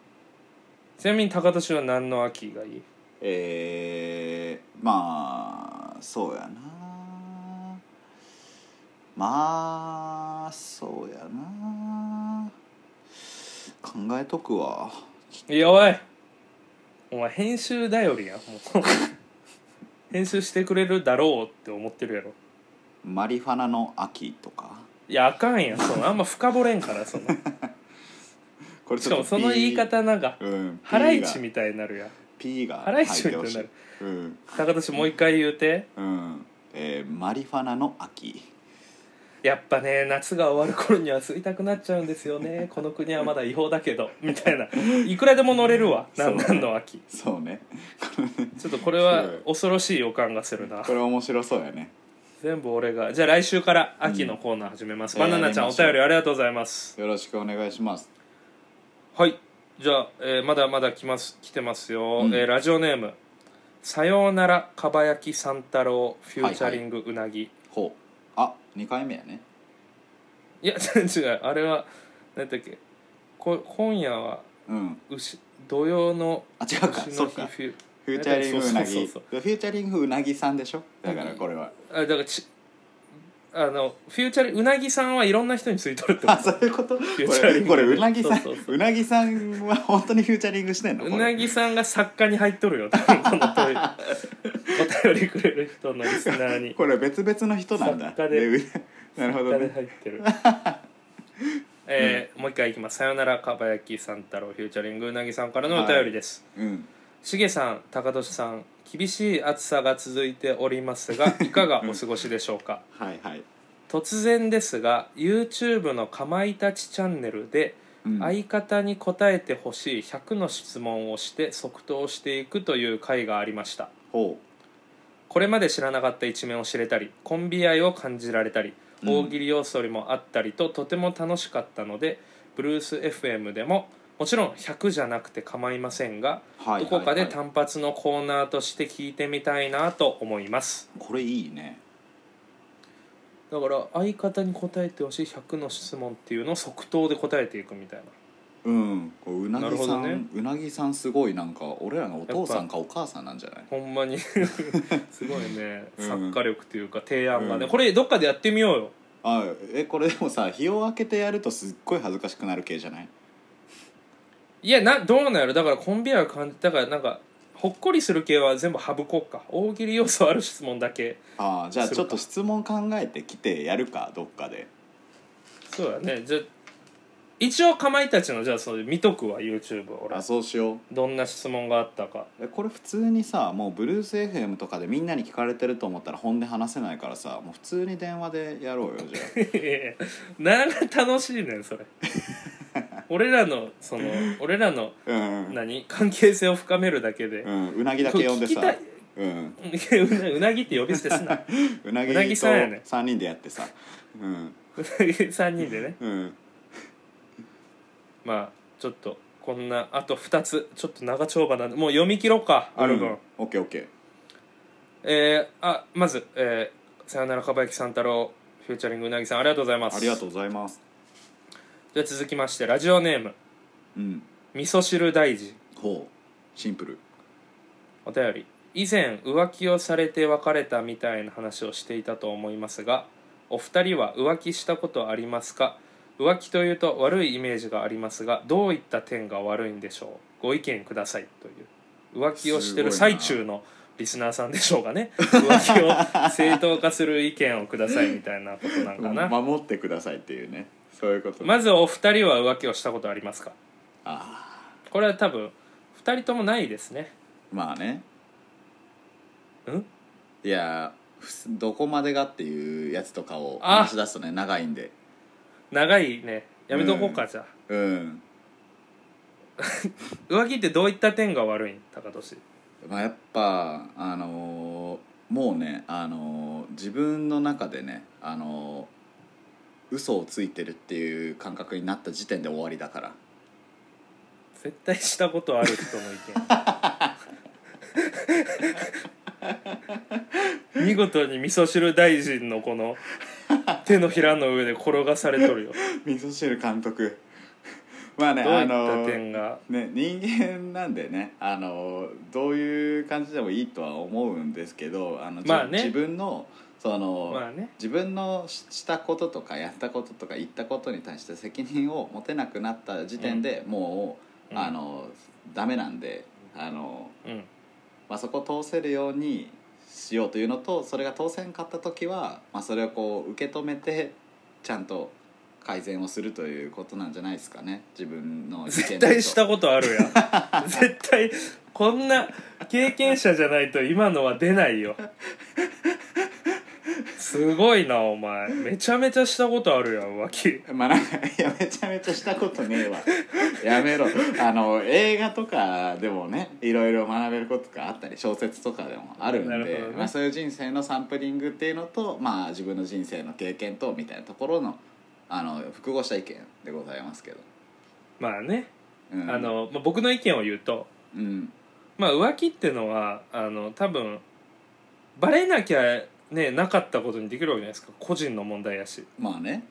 S1: ちなみに高田氏は何の秋がいい
S2: えー、まあそうやなまあそうやな考えとくわ
S1: いやおいお前編集頼りやんもう 編集してくれるだろうって思ってるやろ
S2: マリファナの秋とか
S1: いやあかんやんそのあんま深掘れんからそ の
S2: これ
S1: しかもその言い方なんか
S2: うん
S1: ハライチみたいになるやん
S2: P が
S1: ハラ
S2: 入
S1: イチョ
S2: って
S1: ウ
S2: ほ
S1: って
S2: し
S1: ないる。
S2: うん、
S1: 高田氏もう一回言うて
S2: うん、えーマリファナの秋。
S1: やっぱね夏が終わる頃には吸いたくなっちゃうんですよねこの国はまだ違法だけどみたいないくらでも乗れる わなんなんの秋
S2: そうね。
S1: ちょっとこれは
S2: すご
S1: 恐ろしい予感がするな
S2: これ面白そうやね。
S1: 全部俺がじゃあ来週から秋のコーナー始めます、
S2: うん
S1: バナナちゃん
S2: え
S1: お
S2: ーやりましょう
S1: 便りありがとうございます
S2: よろしくお願いします。
S1: はいじゃあ、えーまだまだ来ます来てますよ、
S2: うん
S1: えーラジオネーム「さようならかばやき三太郎フューチャリングうなぎ」い
S2: ほう。あ、二回目やね。
S1: や 違うあれは何だっけこ今夜は
S2: うん。
S1: 牛土曜の
S2: あ、違うか。
S1: 牛
S2: そ
S1: の
S2: う
S1: 日
S2: か。
S1: フュ
S2: フューチャリングうなぎ。
S1: そう
S2: フ
S1: そう
S2: ューチャリングうなぎさんでしょ。だからこれは。
S1: あだからちあのフューチャリうなぎさんはいろんな人についとるってこ
S2: あ、
S1: と
S2: そういうこと。こ
S1: ューチャリ
S2: れ
S1: ング
S2: これうなぎさん
S1: そうそう
S2: うなぎさんは本当にフューチャリングしてんの？こ
S1: う
S2: れ
S1: なぎさんが作家に入っとるよ多分この 問いお便りくれる人のリスナーに
S2: これ別々の人なんだ。
S1: 作家で
S2: でうな なるほど
S1: 誰
S2: ね。
S1: 入ってるえーもう一回いきます「さよならかばやきさん太郎フューチャリングうなぎさんからのお便りです、
S2: うん。
S1: しげさん高俊さん厳しい暑さが続いております がいかがお過ごしでしょうか
S2: はいはい。
S1: 突然ですが YouTube のかまいたちチャンネルで
S2: うん
S1: 相方に答えてほしい100の質問をして即答していくという回がありました
S2: ほ
S1: これまで知らなかった一面を知れたりコンビ愛を感じられたり
S2: うん
S1: 大喜利要素もあったりと、とても楽しかったのでブルース FM でももちろん100じゃなくて構いませんが、
S2: う。はいはいはい。
S1: どこかで単発のコーナーとして聞いてみたいなと思います
S2: これいいね。
S1: だから相方に答えてほしい100の質問っていうのを即答で答えていくみたいな
S2: うん、こううなぎさん、
S1: なるほどね
S2: うなぎさんすごいなんか俺らのお父さんかお母さんなんじゃない
S1: ほんまに すごいね、
S2: うん
S1: 作家力というか提案がね、
S2: うん
S1: これどっかでやってみようよ
S2: あえこれでもさ日を明けてやるとすっごい恥ずかしくなる系じゃない
S1: いやなどうなんやろだからコンビ愛を感じだからなんかほっこりする系は全部省こうか大喜利要素ある質問だけ
S2: あーじゃあ
S1: する
S2: ち
S1: か
S2: ょっと質問考えてきてやるかどっかで
S1: そうだねじゃあ一応かまいたちのじゃあそれ見とくわ YouTube を俺
S2: あそうしよう
S1: どんな質問があったか
S2: えこれ普通にさもうブルース FM とかでみんなに聞かれてると思ったら本音話せないからさもう普通に電話でやろうよじゃあ
S1: いやいやなんか楽しいねん それ俺らのその俺らの
S2: うん、
S1: 何関係性を深めるだけで、
S2: うん、うなぎだけ呼んで
S1: これ
S2: さ
S1: 聞き、
S2: うん、
S1: たい うなうなぎって呼び捨てすな
S2: うなぎ
S1: う
S2: と
S1: なぎさんやね
S2: 3人でやってさうん
S1: うなぎ3人でね
S2: うん
S1: まあちょっとこんなあと2つちょっと長丁場なんでもう読み切ろうかアルバム、
S2: うんオッケーオッケー
S1: えーあまず、えーさよならかばやきさん太郎フューチャリングうなぎさんありがとうございます
S2: ありがとうございます
S1: じゃあ続きましてラジオネーム
S2: うん
S1: 味噌汁大臣
S2: ほうシンプル
S1: お便り以前浮気をされて別れたみたいな話をしていたと思いますがお二人は浮気したことありますか浮気というと悪いイメージがありますがどういった点が悪いんでしょうご意見くださいという浮気をしてる
S2: すごい
S1: 最
S2: な
S1: 中のリスナーさんでしょうかね浮気を正当化する意見をくださいみたいなことなんかな
S2: 守ってくださいっていうねそういうことね、
S1: まずお二人は浮気をしたことありますか
S2: あ
S1: これは多分二人ともないですね
S2: ーまあね
S1: うん
S2: いやふすどこまでがっていうやつとかを
S1: あ
S2: 話し出すとね長いんで
S1: 長いねやめとこうか、
S2: う
S1: じゃあ
S2: うん
S1: 浮気ってどういった点が悪いん高俊
S2: まあやっぱあのーもうねあのー自分の中でねあのー嘘をついてるっていう感覚になった時点で終わりだから
S1: 絶対したことある人の意 見見事に味噌汁大臣のこの手のひらの上で転がされとる よ
S2: 味噌汁監督 まあね
S1: どうい
S2: あ
S1: った
S2: のー
S1: 点が
S2: ね、人間なんでねあのどういう感じでもいいとは思うんですけどあの、じ
S1: まあね
S2: 自分のその、
S1: まあね
S2: 自分のししたこととかやったこととか言ったことに対して責任を持てなくなった時点で、もう、
S1: うん
S2: あのダメなんであの、
S1: うん
S2: まあ、そこ通せるようにしようというのとそれが通せんかった時は、まあ、それをこう受け止めてちゃんと改善をするということなんじゃないですかね自分の意見だと
S1: 絶対したことあるやん絶対こんな経験者じゃないと今のは出ないよすごいなお前めちゃめちゃしたことあるやん浮
S2: まあなんかいやめちゃめちゃしたことねえわ やめろあの映画とかでもねいろいろ学べることがあったり小説とかでもあるんで
S1: なるほどね
S2: まあ、そういう人生のサンプリングっていうのと、まあ、自分の人生の経験とみたいなところのあの複合した意見でございますけど、
S1: まあね、
S2: うん、
S1: あの、まあ、僕の意見を言うと
S2: うん
S1: まあ浮気ってのはあの多分バレなきゃねなかったことにできるわけじゃないですか個人の問題やし
S2: まあね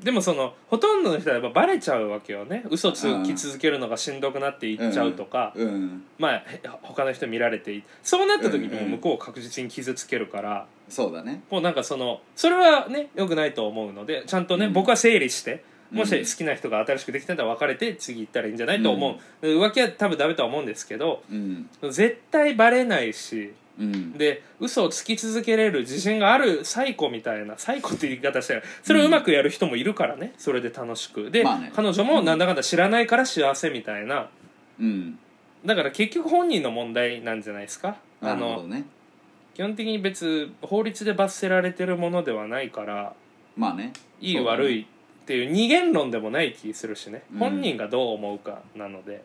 S1: でもそのほとんどの人はやっぱバレちゃうわけよね嘘つ
S2: うん
S1: き続けるのがしんどくなっていっちゃうとか、
S2: うん
S1: まあへ他の人見られていそうなった時に
S2: うんう
S1: も
S2: ん
S1: 向こうを確実に傷つけるから、
S2: そうだね
S1: もうなんかそのそれはね良くないと思うのでちゃんとね、
S2: うん
S1: 僕は整理してもし
S2: うん
S1: 好きな人が新しくできたんだら別れて次行ったらいいんじゃないと思う、浮気は多分ダメとは思うんですけど
S2: うん
S1: 絶対バレないし
S2: うん
S1: で嘘をつき続けれる自信があるサイコみたいなサイコって言い方したらそれをうまくやる人もいるからね、それで楽しくで、
S2: まあね
S1: 彼女もなんだかんだ知らないから幸せみたいな
S2: うん
S1: だから結局本人の問題なんじゃないですか
S2: な
S1: あ
S2: るほど
S1: の
S2: ね
S1: 基本的に別法律で罰せられてるものではないから
S2: まあね
S1: いい、
S2: そうだね
S1: 悪いっていう二元論でもない気するしね、
S2: うん
S1: 本人がどう思うかなので、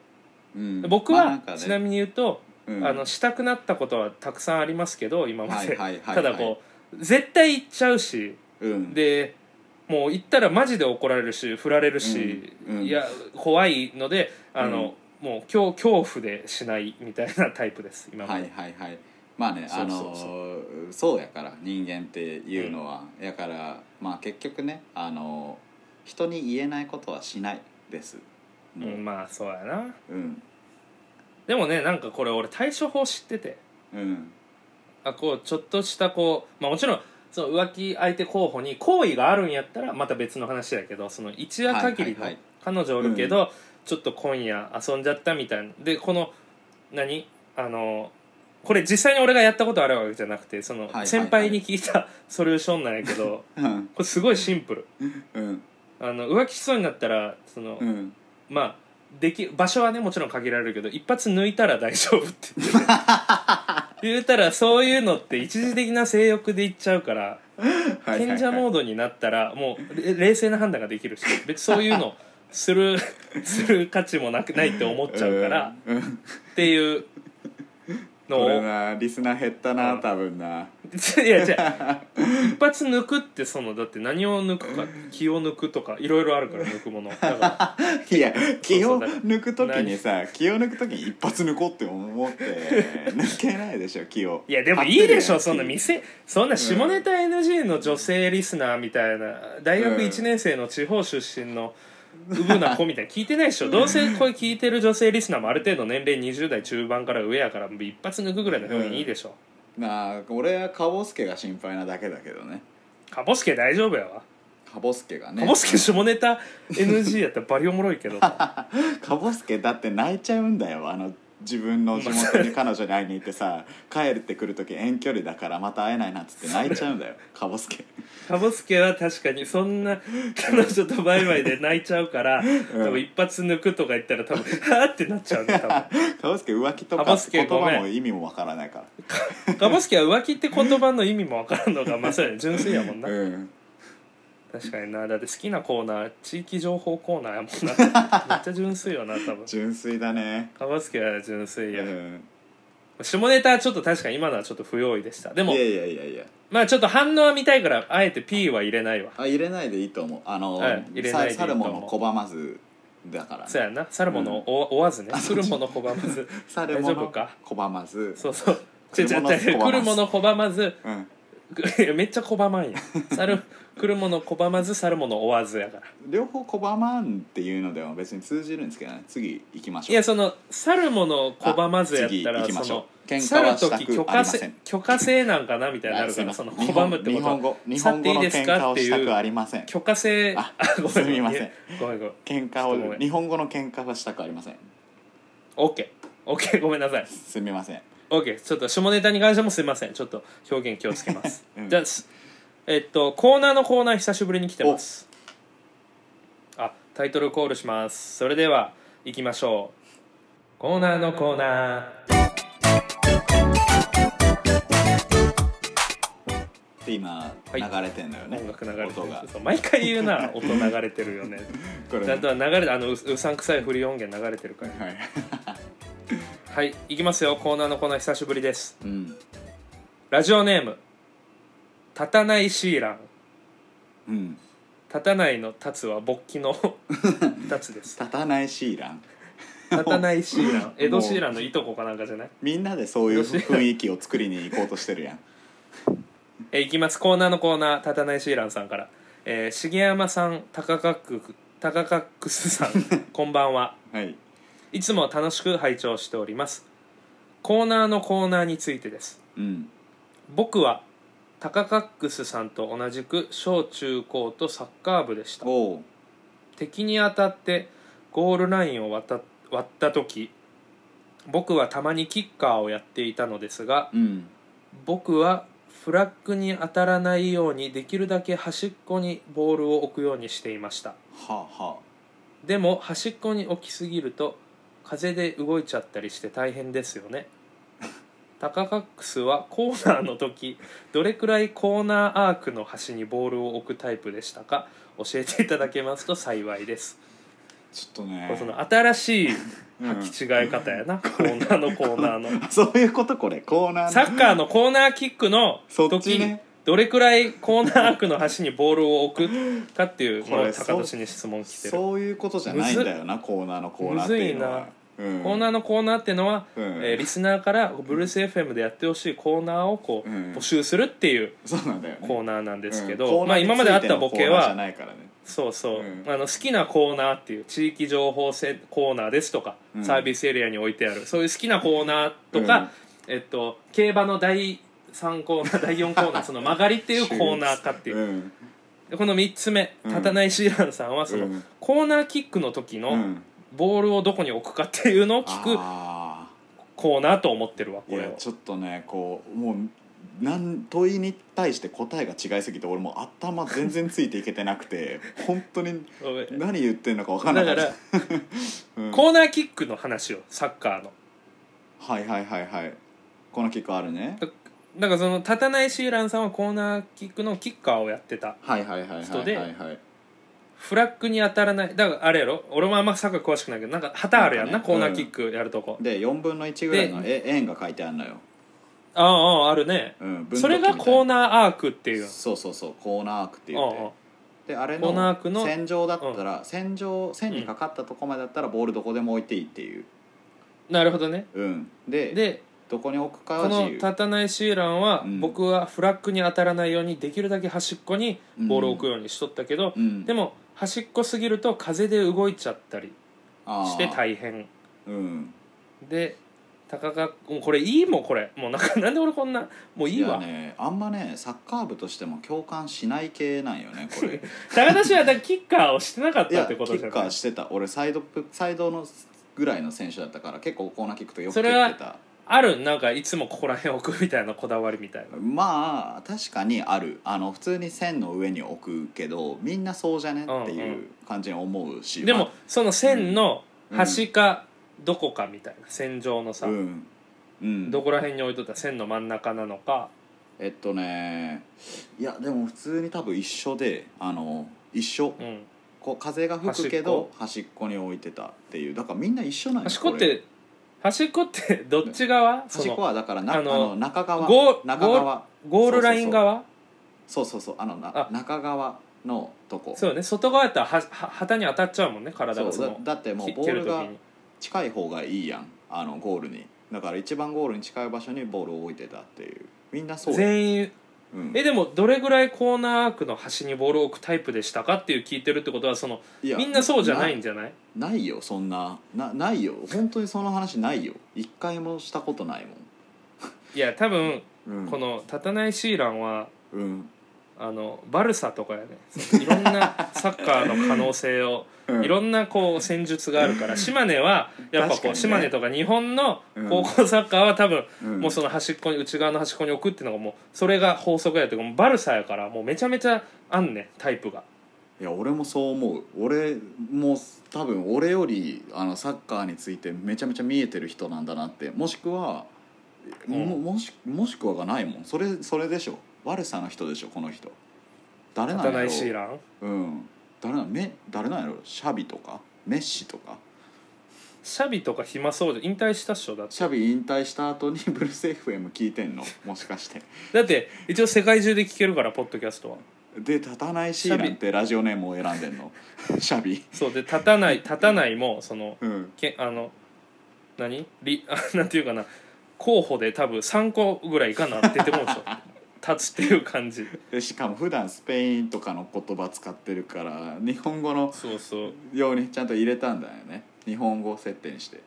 S2: うん、
S1: 僕
S2: まあ
S1: は
S2: んかね
S1: ちなみに言うと、
S2: うん
S1: あのしたくなったことはたくさんありますけど今ま
S2: はい
S1: で、
S2: はいはいはい
S1: ただこう絶対行っちゃうし
S2: うん、
S1: でもう行ったらマジで怒られるし振られるし、
S2: うんうん
S1: いや怖いのであの、もう恐恐怖でしないみたいなタイプです今ま
S2: は
S1: で、
S2: いはいはいまあね
S1: そ
S2: あ
S1: うそう
S2: の
S1: そ
S2: ーそうやから人間っていうのは、やからまあ結局ねあのー人に言えないことはしないですもう
S1: うん、まあそうやな
S2: うん
S1: でもねなんかこれ俺対処法知ってて
S2: うん
S1: あこうちょっとしたこうまあもちろんその浮気相手候補に好意があるんやったらまた別の話やけどその一夜限り
S2: は
S1: の
S2: いはい
S1: 彼女おるけど、ちょっと今夜遊んじゃったみたいなでこの何あのこれ実際に俺がやったことあるわけじゃなくてその
S2: はいはいはい
S1: 先輩に聞いた ソリューションなんやけ ど
S2: うん
S1: これすごいシンプル
S2: うん
S1: あの浮気しそうになったらその、
S2: うん
S1: まあでき場所はねもちろん限られるけど一発抜いたら大丈夫って言 って言うたらそういうのって一時的な性欲でいっちゃうから賢者モードになったらもうれ冷静な判断ができるし別にそう いうのするする価値もなくないって思っちゃうから
S2: うんうん
S1: っていうの
S2: こ
S1: を
S2: れなリスナー減ったな、
S1: うん
S2: 多分な
S1: いや違う一発抜くってそのだって何を抜くか気を抜くとかいろいろあるから抜くものだから
S2: いや気
S1: そ
S2: を
S1: うだから
S2: 抜く時にさ気を抜く時に一発抜こうって思って 抜けないでしょ気を
S1: いやでもいいでし
S2: 張
S1: ょ
S2: って
S1: そ
S2: る
S1: ん
S2: や
S1: なん
S2: 気
S1: 店そんな下ネタ NG の女性リスナーみたいな大学1年生の地方出身のうぶな子みたいな聞いてないでし ょどうせこれ聞いてる女性リスナーもある程度年齢20代中盤から上やから一発抜くぐらいの表現いいでしょ
S2: なあ俺はカボスケが心配なだけだけどね
S1: かぼすけ大丈夫やわ
S2: カボスケがね
S1: かぼすけ下ネタ NG やったらバリおもろい けど
S2: カボスケだって泣いちゃうんだよあの自分の地元に彼女に会いに行ってさ帰ってくる時遠距離だからまた会えないなっつって泣いちゃう んだよカボスケ
S1: かぼすけは確かにそんな彼女とバイバイで泣いちゃうから多分一発抜くとか言ったら多分はーってなっちゃうね多分
S2: カボスケ浮気とか
S1: カボスケ
S2: 言
S1: ごめん
S2: 葉も意味もわからないか
S1: ガボスキは浮気って言葉の意味も分からんのがまさに純粋やもんな
S2: らうん
S1: 確かになだって好きなコーナー地域情報コーナーやもんなめっちゃ純粋よな 多分
S2: 純粋だね
S1: ガボスキは純粋
S2: う
S1: や、
S2: ん
S1: 下ネタはちょっと確かに今のはちょっと不用意でしたで
S2: い
S1: も
S2: やいやいやいや
S1: まあちょっと反応は見たいからあえて P は入れないわ
S2: あ入れないでいいと思うあの、
S1: はい入れないでいいと
S2: サ
S1: 思
S2: ル
S1: う
S2: モの拒まずだから
S1: そうやなサルモの追わ追わずね来るもの拒ま ず
S2: サルモ
S1: 大丈夫
S2: の
S1: か
S2: 拒まず
S1: そうそう違う違
S2: 来る
S1: う
S2: もの
S1: 違う来るもの拒まず
S2: うん
S1: いやめっちゃ拒まんやサル来るもの拒まず去るもの追わずやから
S2: 両方拒まんっていうのでは別に通じるんですけどね次行きましょう
S1: いやその去るもの拒まずやった
S2: あ
S1: ら
S2: 次行きま
S1: そ
S2: しょ
S1: の
S2: う喧
S1: 去
S2: 嘩
S1: る
S2: はした
S1: 時許
S2: くあ
S1: 可
S2: りませ
S1: 制
S2: ん
S1: 許可制なんかなみたいになるから
S2: あす
S1: そ
S2: い
S1: の
S2: ません
S1: 拒むって
S2: 日
S1: こと
S2: 本
S1: は
S2: 語日
S1: 去っ
S2: 本
S1: て
S2: 語
S1: いい
S2: の
S1: です
S2: 喧
S1: か
S2: 嘩
S1: っ
S2: を
S1: て
S2: した
S1: い
S2: くあ
S1: う
S2: りません
S1: 許可制
S2: あ
S1: あごめん
S2: すみません
S1: ごめんごめん
S2: 喧嘩
S1: ちょっとごめ
S2: を
S1: ん
S2: 日本語の喧嘩はしたくありません
S1: OK OK ごめんなさい
S2: すみません
S1: OK ちょっと下ネタに関してもすいませんちょっと表現気をつけます
S2: うん
S1: じゃあすえっとコーナーのコーナー久しぶりに来てますあタイトルコールしますそれでは行きましょうコーナーのコーナー
S2: で今
S1: はい
S2: 流れてんのよね、
S1: 音楽流れて
S2: 音が
S1: るそう毎回言うな音流れてるよね
S2: これ
S1: だんだん流れてあのううさんくさい振り音源流れてるから
S2: はい、
S1: はい行きますよコーナーのコーナー久しぶりです
S2: うん
S1: ラジオネーム立たないシーラン
S2: うん
S1: 立たないの立つは勃起 の立つです
S2: 立たないシーラン
S1: 立たないシーラン江戸シーランのいとこかなんかじゃない
S2: みんなでそういう
S1: よし
S2: 雰囲気を作りに行こうとしてるやん
S1: えーいきますコーナーのコーナーたたないシーランさんから、えー、重山さん高カック高カックス さんこんばんは
S2: はい
S1: いつも楽しく拝聴しておりますコーナーのコーナーについてです
S2: うん
S1: 僕はタカカックスさんと同じく小中高とサッカー部でした
S2: おう
S1: 敵に当たってゴールラインを渡っ割った時僕はたまにキッカーをやっていたのですが
S2: うん
S1: 僕はフラッグに当たらないようにできるだけ端っこにボールを置くようにしていました
S2: はあは
S1: でも端っこに置きすぎると風で動いちゃったりして大変ですよ ねタカカックスはコーナーの時どれくらいコーナーアークの端にボールを置くタイプでしたか教えていただけますと 幸いです、
S2: あちょっと
S1: これ
S2: ね
S1: その新しい
S2: うん
S1: 履き違え方やな、コーナーのコーナーの
S2: そういうことこれコーナーの
S1: サッカーのコーナーキックの
S2: そっ
S1: 時、
S2: ちね
S1: どれくらいコーナーアークの端にボールを置くかっていうの
S2: こ
S1: を
S2: れ
S1: 高年に質問来てる
S2: そういうことじゃないんだよなコーナーのコーナーっていうのはうん
S1: コーナーのコーナーっていうのは、
S2: うん
S1: えーリスナーからブルース FM でやってほしいコーナーをこう、
S2: うん
S1: 募集するっていう
S2: そうなんだよね
S1: コーナーなんですけ
S2: うん
S1: ど、
S2: コ
S1: ま
S2: ーナ
S1: あ、
S2: ーについての
S1: 今まであったボケ
S2: コーナーじゃ
S1: は
S2: ないからね
S1: そうそう、
S2: うん
S1: あの好きなコーナーっていう地域情報セコーナーですとか、
S2: うん
S1: サービスエリアに置いてあるそういう好きなコーナーとか、えっと、競馬の第3コー ナー第4コーナーその曲がりっていうコーナーかっていう、
S2: うん
S1: でこの3つ目
S2: うん
S1: 立たないシーランさんはその、
S2: うん
S1: コーナーキックの時
S2: う
S1: の
S2: ん
S1: ボールをどこに置くかっていうのを聞く、
S2: あ
S1: コーナーと思ってるわ
S2: ー
S1: こ
S2: い
S1: れ
S2: や
S1: を
S2: ちょっとねこうもうなん問いに対して答えが違いすぎて俺もう頭全然ついていけてなくて 本当に何言ってんのか分かんな
S1: だ
S2: か
S1: か
S2: った
S1: ら
S2: うん
S1: コーナーキックの話をサッカーの
S2: はいはいはいはいこのキックあるね
S1: だからその立たないシーランさんはコーナーキックのキッカーをやってた
S2: はいはいはいはい
S1: 人
S2: は
S1: で
S2: いはい
S1: フラッグに当たらないだからあれやろ俺もあんまサッカー詳しくないけどなんか旗あるやんな
S2: なんか
S1: コ
S2: ね
S1: ーナーキックやるとこ、
S2: で4分の1ぐらいのえ円が書いてあるのよ、
S1: あああああるね
S2: うん、
S1: それがコー
S2: ナ
S1: ナーアークっていうの
S2: そうそうそうコーナーアークって
S1: あ
S2: 言って
S1: あ
S2: であれ
S1: コーナーアーク
S2: の
S1: の
S2: 線上だったら、線上線にかかったとこまでだったらボールどこでも置いていいっていう、
S1: なるほどね
S2: うん、で
S1: で
S2: どこに置くか
S1: こ
S2: は
S1: の
S2: 自由
S1: 立たないシーランは、
S2: うん
S1: 僕はフラッグに当たらないようにできるだけ端っこにボールを置くようにしとったけど、
S2: うん
S1: でも端っこすぎると風で動いちゃったりして
S2: い、
S1: 大変
S2: うん、
S1: で高がもうこれいいもんこれもうなんか なんで俺こんなもういいわ
S2: やねあんまねサッカー部としても共感しない系なんよね これ
S1: 高田氏はだからキッカーをしてなかっ
S2: い
S1: た
S2: や
S1: っ
S2: キ
S1: てことじゃ
S2: ッカ
S1: ない
S2: ーしてた俺サイドプサイドのぐらいの選手だったから結構コーナーキックとよく
S1: そ
S2: 蹴っ
S1: れは
S2: てた
S1: あるなんかいつもここら辺置くみたいなこだわりみたいな
S2: まあ確かにあるあの普通に線の上に置くけどみんなそうじゃねって
S1: うんう
S2: いう感じに思うし、
S1: で
S2: ま
S1: もその線の
S2: うん
S1: 端かどこかみたいな線上の
S2: あ
S1: さ、
S2: うんうん、
S1: どこら辺に置いとった線の真ん中なのか
S2: えっとねいやでも普通に多分一緒であの一緒、
S1: うん
S2: こう風が吹くけど端っこに置いてたっていうだからみんな一緒なんよ
S1: 端っこっ
S2: これ
S1: て端っこって どっち側そ
S2: 端っこ
S1: の
S2: はだからな
S1: あ
S2: あ
S1: の
S2: の中側
S1: ゴー
S2: 中側
S1: ゴールライン側
S2: そうそうそうあのな
S1: あ
S2: 中側のとこ
S1: そうね外側やったらはは旗に当たっちゃうもんね体が
S2: そ
S1: そうの
S2: だだってもう
S1: き
S2: ボ
S1: 蹴
S2: ー
S1: る
S2: ル
S1: 時
S2: が
S1: に
S2: 近い方がいいやんあのゴールにだから一番ゴールに近い場所にボールを置いてたっていうみんなそうや、
S1: 全員
S2: うん、
S1: えでもどれぐらいコーナーアークの端にボールを置くタイプでしたかっていう聞いてるってことはその
S2: いや
S1: みんなそうじゃないんじゃない
S2: なないよそんななないよ本当にその話ないよ一回もしたことない
S1: いや多分
S2: もん、うん、
S1: この「立たないシーランは」
S2: うん、
S1: あのバルサとかやねそのいろんな サッカーの可能性を
S2: うん
S1: いろんなこう戦術があるから島根はやっぱこ
S2: 確か
S1: う、
S2: にね
S1: 島根とか日本の
S2: うん
S1: 高校サッカーは多分
S2: うん
S1: もうその端っこに内側の端っこに置くっていうのがもうそれが法則やというかもうバルサやからもうめちゃめちゃあんねんタイプが
S2: いや俺もそう思う俺も多分俺よりあのサッカーについてめちゃめちゃ見えてる人なんだなってもしくは、
S1: うん
S2: ももしもしくはがないもんそれそれでしょ悪さの人でしょこの人誰なん
S1: 勝た
S2: や
S1: ないシー
S2: ろ
S1: ラン
S2: うん誰なんめ誰なんやろシャビとかメッシとか
S1: シャビとか暇そうで引退したっしょだって
S2: シャビ引退した後に ブルース FM 聞いてんのもしかして
S1: だって一応世界中で聞けるからポッドキャストは
S2: で立たないシーランってラジオネームを選んでんのシャビ
S1: そうで立たない立たないもその
S2: うん
S1: けあの何りあ なんていうかな候補で多分3個ぐらいいかなってても うでしょ立つっていう感じ
S2: でしかも普段スペインとかの言葉使ってるから日本語の
S1: そうそう
S2: ようにちゃんと入れたんだよね日本語を設定にして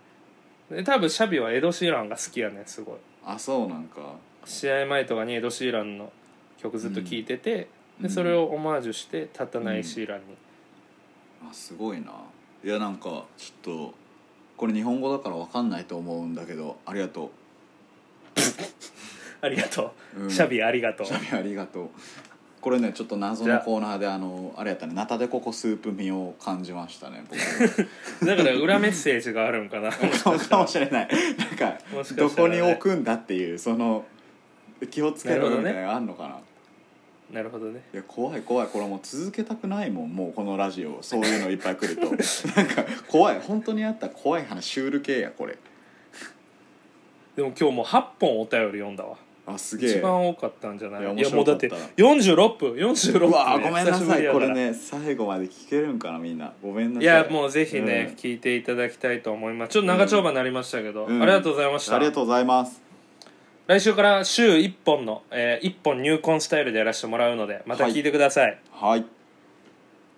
S1: で多分シャビはエド・シーランが好きやねんすごい
S2: あそうなんか
S1: 試合前とかにエド・シーランの曲ずっと聴いてて、
S2: う
S1: で
S2: ん
S1: それをオマージュして立たないシーランに、
S2: あすごいないやなんかちょっとこれ日本語だから分かんないと思うんだけどありがと
S1: ありがと
S2: う、
S1: う、
S2: うん
S1: シャビありがとう
S2: シャビありがとうこれねちょっと謎
S1: じゃ
S2: の
S1: あ
S2: コーナーであのあれやったねナタデココスープ味を感じましたね僕
S1: だから裏メッセージがあるんかな
S2: そうかもしれないなんか
S1: もしかしたらね
S2: どこに置くんだっていうその気をつけろよみたいなのがあんのかな
S1: なるほどね
S2: いや怖い怖いこれもう続けたくないもんもうこのラジオそういうのいっぱい来 るとなんか怖い本当にあった怖い話シュール系やこれ
S1: でも今日もう8本お便り読んだわ
S2: あすげえ
S1: 一番多かったんじゃない
S2: いや
S1: い
S2: 面
S1: やも
S2: 白
S1: うだ
S2: かっ
S1: ったて46分46分
S2: うわごめんな
S1: 久しぶ
S2: さ
S1: り
S2: い
S1: や
S2: こ
S1: から
S2: れね最後まで聞けるんかなみんなごめんなさい
S1: いやもうぜひね、
S2: うん
S1: 聞いていただきたいと思いますちょっと長丁場になりましたけど、
S2: うん
S1: ありがとうございました
S2: ありがとうございます
S1: 来週から週1本の、え1本入婚スタイルでやらせてもらうのでまた聞いてください、
S2: はい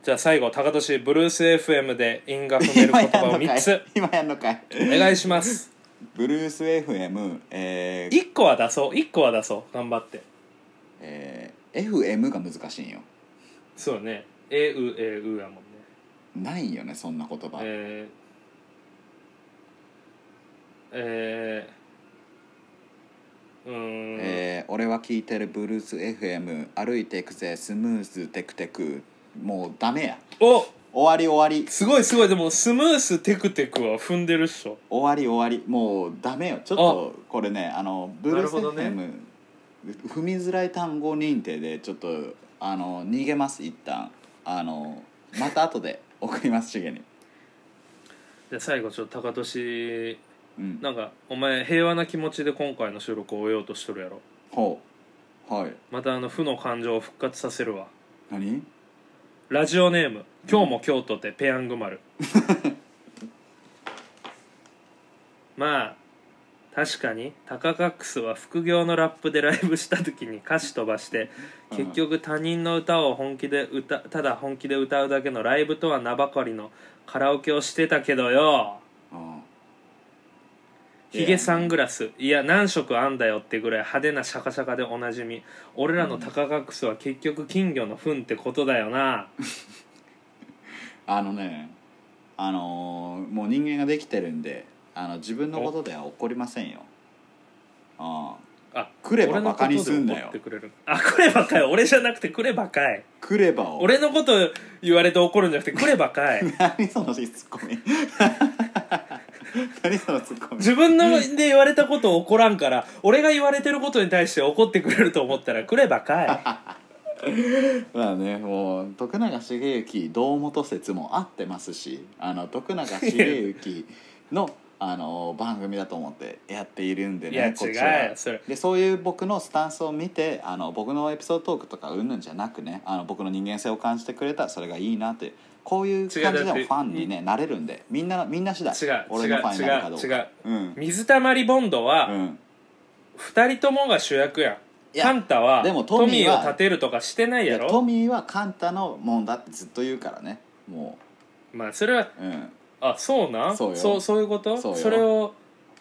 S1: じゃあ最後高年ブルース FM で因果踏める言葉を3つ
S2: 今やんのかい
S1: お願いします
S2: ブルース FM えー
S1: 1個は出そう1個は出そう頑張って
S2: えー FM が難しいんよ
S1: そうねえうえうやもんね
S2: ないよねそんな言葉、
S1: えーえーうーん、
S2: えー俺は聞いてるブルース FM 歩いていくぜスムーズテクテクもうダメや
S1: お
S2: 終わり終わり
S1: すごいすごいでもスムーステクテクは踏んでるっしょ
S2: 終わり終わりもうダメよちょっとこれねあのブルース
S1: なるほど
S2: FM、踏みづらい単語認定でちょっとあの逃げます一旦あのまた後で送りますしげに、
S1: で最後ちょっと高年
S2: うん、
S1: なんかお前平和な気持ちで今回の収録を終えようとしとるやろ
S2: ほうはい
S1: またあの負の感情を復活させるわ
S2: 何
S1: ラジオネーム「今日も京都でペヤング丸」まあ確かにタカカックスは副業のラップでライブした時に歌詞飛ばして
S2: うん
S1: 結局他人の歌を本気で歌ただ本気で歌うだけのライブとは名ばかりのカラオケをしてたけどよ
S2: あ
S1: ヒゲサングラスいや何色あんだよってぐらい派手なシャカシャカでおなじみ俺らのタカカックスは結局金魚の糞ってことだよな、
S2: ああのねあのーもう人間ができてるんであの自分のことでは怒りませんよああ
S1: あ
S2: 来ればバカにすんな
S1: 俺のことで怒
S2: よ
S1: ってくれるあ来ればかい俺じゃなくて来ればかい
S2: クレバを
S1: 俺のこと言われて怒るんじゃなくて来ればか い
S2: 何そのツッコミ 何そのツッコミ
S1: 自分ので言われたことを怒らんから俺が言われてることに対して怒ってくれると思ったら来れば かい
S2: まあねもう徳永茂之堂本説も合ってますしあの徳永茂之のあの番組だと思ってやっているんで
S1: いや違
S2: ねこっちは
S1: うよそれ
S2: でそういう僕のスタンスを見てあの僕のエピソードトークとかうんぬんじゃなくねあの僕の人間性を感じてくれたらそれがいいなってこういう感じでもファンに、ね、なれるんでみんなみんな次第
S1: 違う
S2: 俺
S1: 違
S2: のファンになるか
S1: う
S2: どう
S1: 違う
S2: か
S1: 違う
S2: うん、
S1: 水たまりボンド
S2: う
S1: は
S2: ん、
S1: 二人ともが主役やん
S2: いや
S1: カンタは
S2: でも
S1: ト
S2: ト
S1: ミ
S2: ミー
S1: ー
S2: は
S1: を立てるとかしてない
S2: い
S1: や
S2: や
S1: ろ
S2: トミーはカンタのもんだってずっと言うからねも
S1: まあそれは
S2: ううん
S1: あそうなん
S2: そうよ
S1: そうそういうこと
S2: そうよ
S1: れを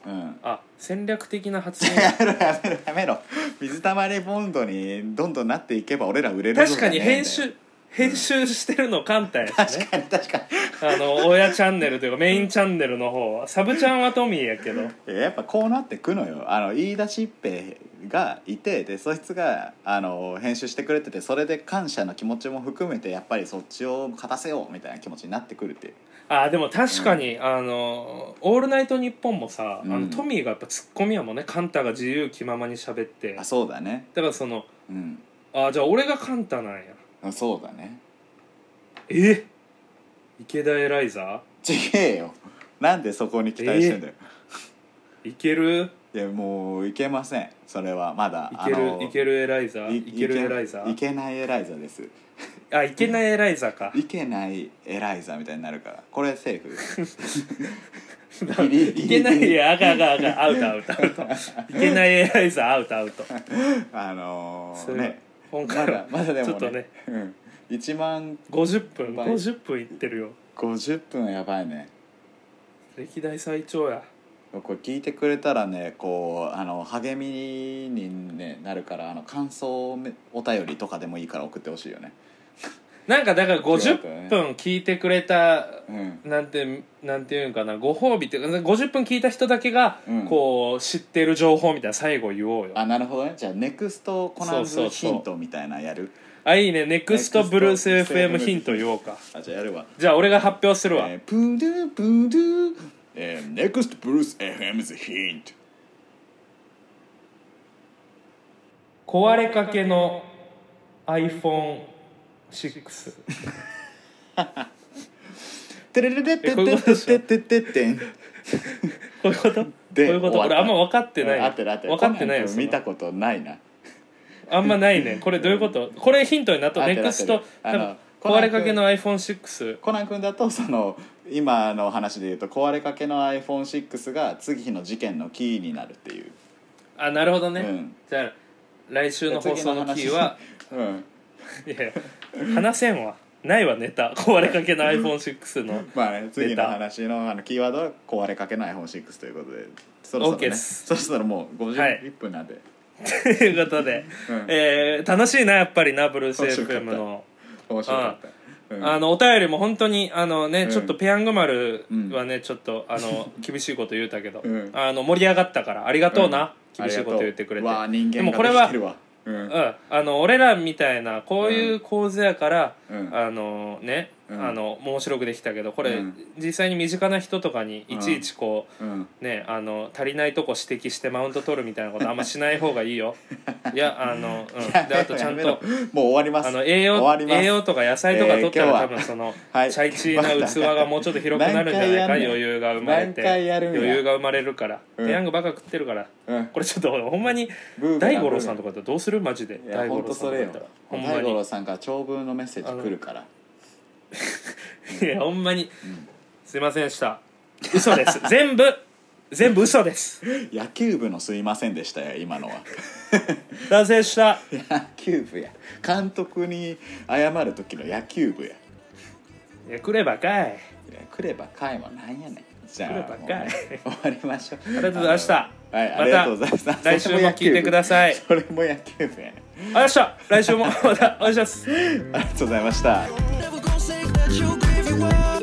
S2: うん
S1: あ戦略的な発言
S2: やめろやめろやめろ水溜りボンドにどんどんなっていけば俺ら売れるぞ
S1: 確かに
S2: じゃねえんだよ
S1: 編集編集してるのカンタやしね
S2: 確かに 確か
S1: あの親チャンネルというかメインチャンネルの方はサブちゃんはトミーやけど
S2: にやっぱこうなってくのよあの言い出しっぺがいてでそいつがあの編集してくれててそれで感謝の気持ちも含めてやっぱりそっちを勝たせようみたいな気持ちになってくるっていう
S1: あでも確かに、あの「オールナイトニッポン」もさ、
S2: うん
S1: あのトミーがやっぱツッコミやもんねカンタが自由気ままに喋って
S2: あそうだね
S1: だからその
S2: うん
S1: あじゃあ俺がカンタなんや
S2: あそうだね
S1: え池田エライザ
S2: ちげえよなんでそこに期待してんだよ、
S1: ーいける
S2: いやもういけませんそれはまだ
S1: いける
S2: あの
S1: いけるエライザ
S2: い
S1: ーいけるエライザ
S2: い
S1: ー
S2: けないエライザです
S1: あいけないエライザーか
S2: いけないエライザみたいになるからこれセーフギリギリ
S1: いけないやあかんあかんあかんアウトアウトアウトいけないエライザーアウトアウト
S2: あの
S1: そ
S2: ー、
S1: れは
S2: ね
S1: 今
S2: ま
S1: 回
S2: だ
S1: は
S2: まだでも
S1: ち
S2: ね
S1: ょっとね
S2: うん、1万
S1: 50分
S2: 倍
S1: 50分いってるよ
S2: 50分やばいね
S1: 歴代最長や
S2: これ聞いてくれたらねこうあの励みに、ね、なるからあの感想をめお便りとかでもいいから送ってほしいよね、
S1: なんかだから
S2: ね
S1: 50分聞いてくれた
S2: うん、
S1: なんてなんていうんかなご褒美っていうか50分聞いた人だけが
S2: うん
S1: こう知ってる情報みたいな最後言おうよ
S2: あなるほどねじゃあネクストコナン
S1: そうそ
S2: ズ
S1: うそう
S2: ヒントみたいなやる
S1: あいいねネクストブルース
S2: ネクスト
S1: FM ヒント言おうか
S2: あじゃあやるわ
S1: じゃあ俺が発表するわ、
S2: えー、プードゥープードゥー、えー、ネクストブルース FM's ヒント
S1: 壊れかけの iPhone6
S2: てれれれてててててててん
S1: こういうことこう
S2: で
S1: いうこと
S2: 終わっ
S1: 俺
S2: た
S1: あんま分かってない
S2: あってるあってる
S1: 分かってないよ
S2: コ
S1: そ
S2: ナン
S1: の
S2: 君見たことないな
S1: あんまないねこれどういうことこれヒントになった
S2: 合って
S1: ネ
S2: る
S1: クス
S2: 合っ
S1: ト
S2: てるあ
S1: 多
S2: の
S1: 分
S2: コナ
S1: 壊
S2: ン君
S1: れかけの iPhone6
S2: コナン君だとその今の話で言うと壊れかけの iPhone6 が次の事件のキーになるっていう
S1: あなるほどね、
S2: うん
S1: じゃあ来週の放送のキーは
S2: 次の話うん
S1: い やいや話せんわないわネタ 壊れかけの iPhone6 の
S2: まあね次
S1: 出
S2: の
S1: た
S2: 話のあのキーワードは壊れかけの iPhone6 ということでそろそろ
S1: OK
S2: ね
S1: です
S2: そろそろもう
S1: はい
S2: 51分なんで、
S1: ということで、
S2: うん
S1: えー楽しいなやっぱりなブルース
S2: 面白かった
S1: FM の。
S2: 面白かった、うん
S1: あのお便りも本当にあのね、
S2: うん
S1: ちょっとペヤング丸はね、ちょっとあ の厳しいこと言うたけど、
S2: うん
S1: あの盛り上がったからありがとうな、厳しいこと言ってくれて
S2: ありがとうわあ人
S1: で
S2: 間
S1: もこれ
S2: が
S1: は
S2: できてるわうん
S1: うん、あの俺らみたいなこういう構図やから、
S2: うん
S1: あのね、
S2: うん
S1: あの面白くできたけどこれ、
S2: うん
S1: 実際に身近な人とかにいちいちこう、
S2: うん
S1: ねあの足りないとこ指摘してマウント取るみたいなことあんましない方がいい よいやあの、うん、であとちゃん
S2: やめろ
S1: と
S2: やめろもう終わります
S1: あの栄
S2: 終
S1: 養
S2: わります
S1: 栄養とか野菜とか取ったら、
S2: えー今日は
S1: 多分その、
S2: はい
S1: チャイチーな器がもうちょっと広くなるんじゃないか
S2: 何回やんね
S1: 余
S2: ん
S1: 裕が生まれて
S2: 何回やるんや
S1: 余裕が生まれるから、
S2: うん
S1: ペヤングばっか食ってるから
S2: うん
S1: これちょっとほんまに
S2: ブームだ
S1: 大五郎さんとかだったらどうするマジで
S2: いや
S1: 大五郎
S2: 本当
S1: さん
S2: そ
S1: とか
S2: れ
S1: だっ
S2: よ
S1: たらほんま
S2: 大
S1: に
S2: 五郎
S1: い
S2: さんから長文のメッセージ来るから
S1: やほんまにすいませんでした嘘です全部全部嘘です
S2: 野球部のすいませんでしたよ今の は
S1: 男性した
S2: 野球部や監督に謝る時の野球部や
S1: いや来ればかい
S2: いや来れば会話なんやねんじゃあ
S1: 来ればかい
S2: もうね終わりましょうあり
S1: ありがとうございました
S2: はい、あ
S1: ま
S2: りがとうございましたた
S1: 来週も聞いてください
S2: それも野球部やね
S1: ありがとうございました来週もまたお願いします
S2: ありがとうございました
S3: Never gonna say that you're gravy well.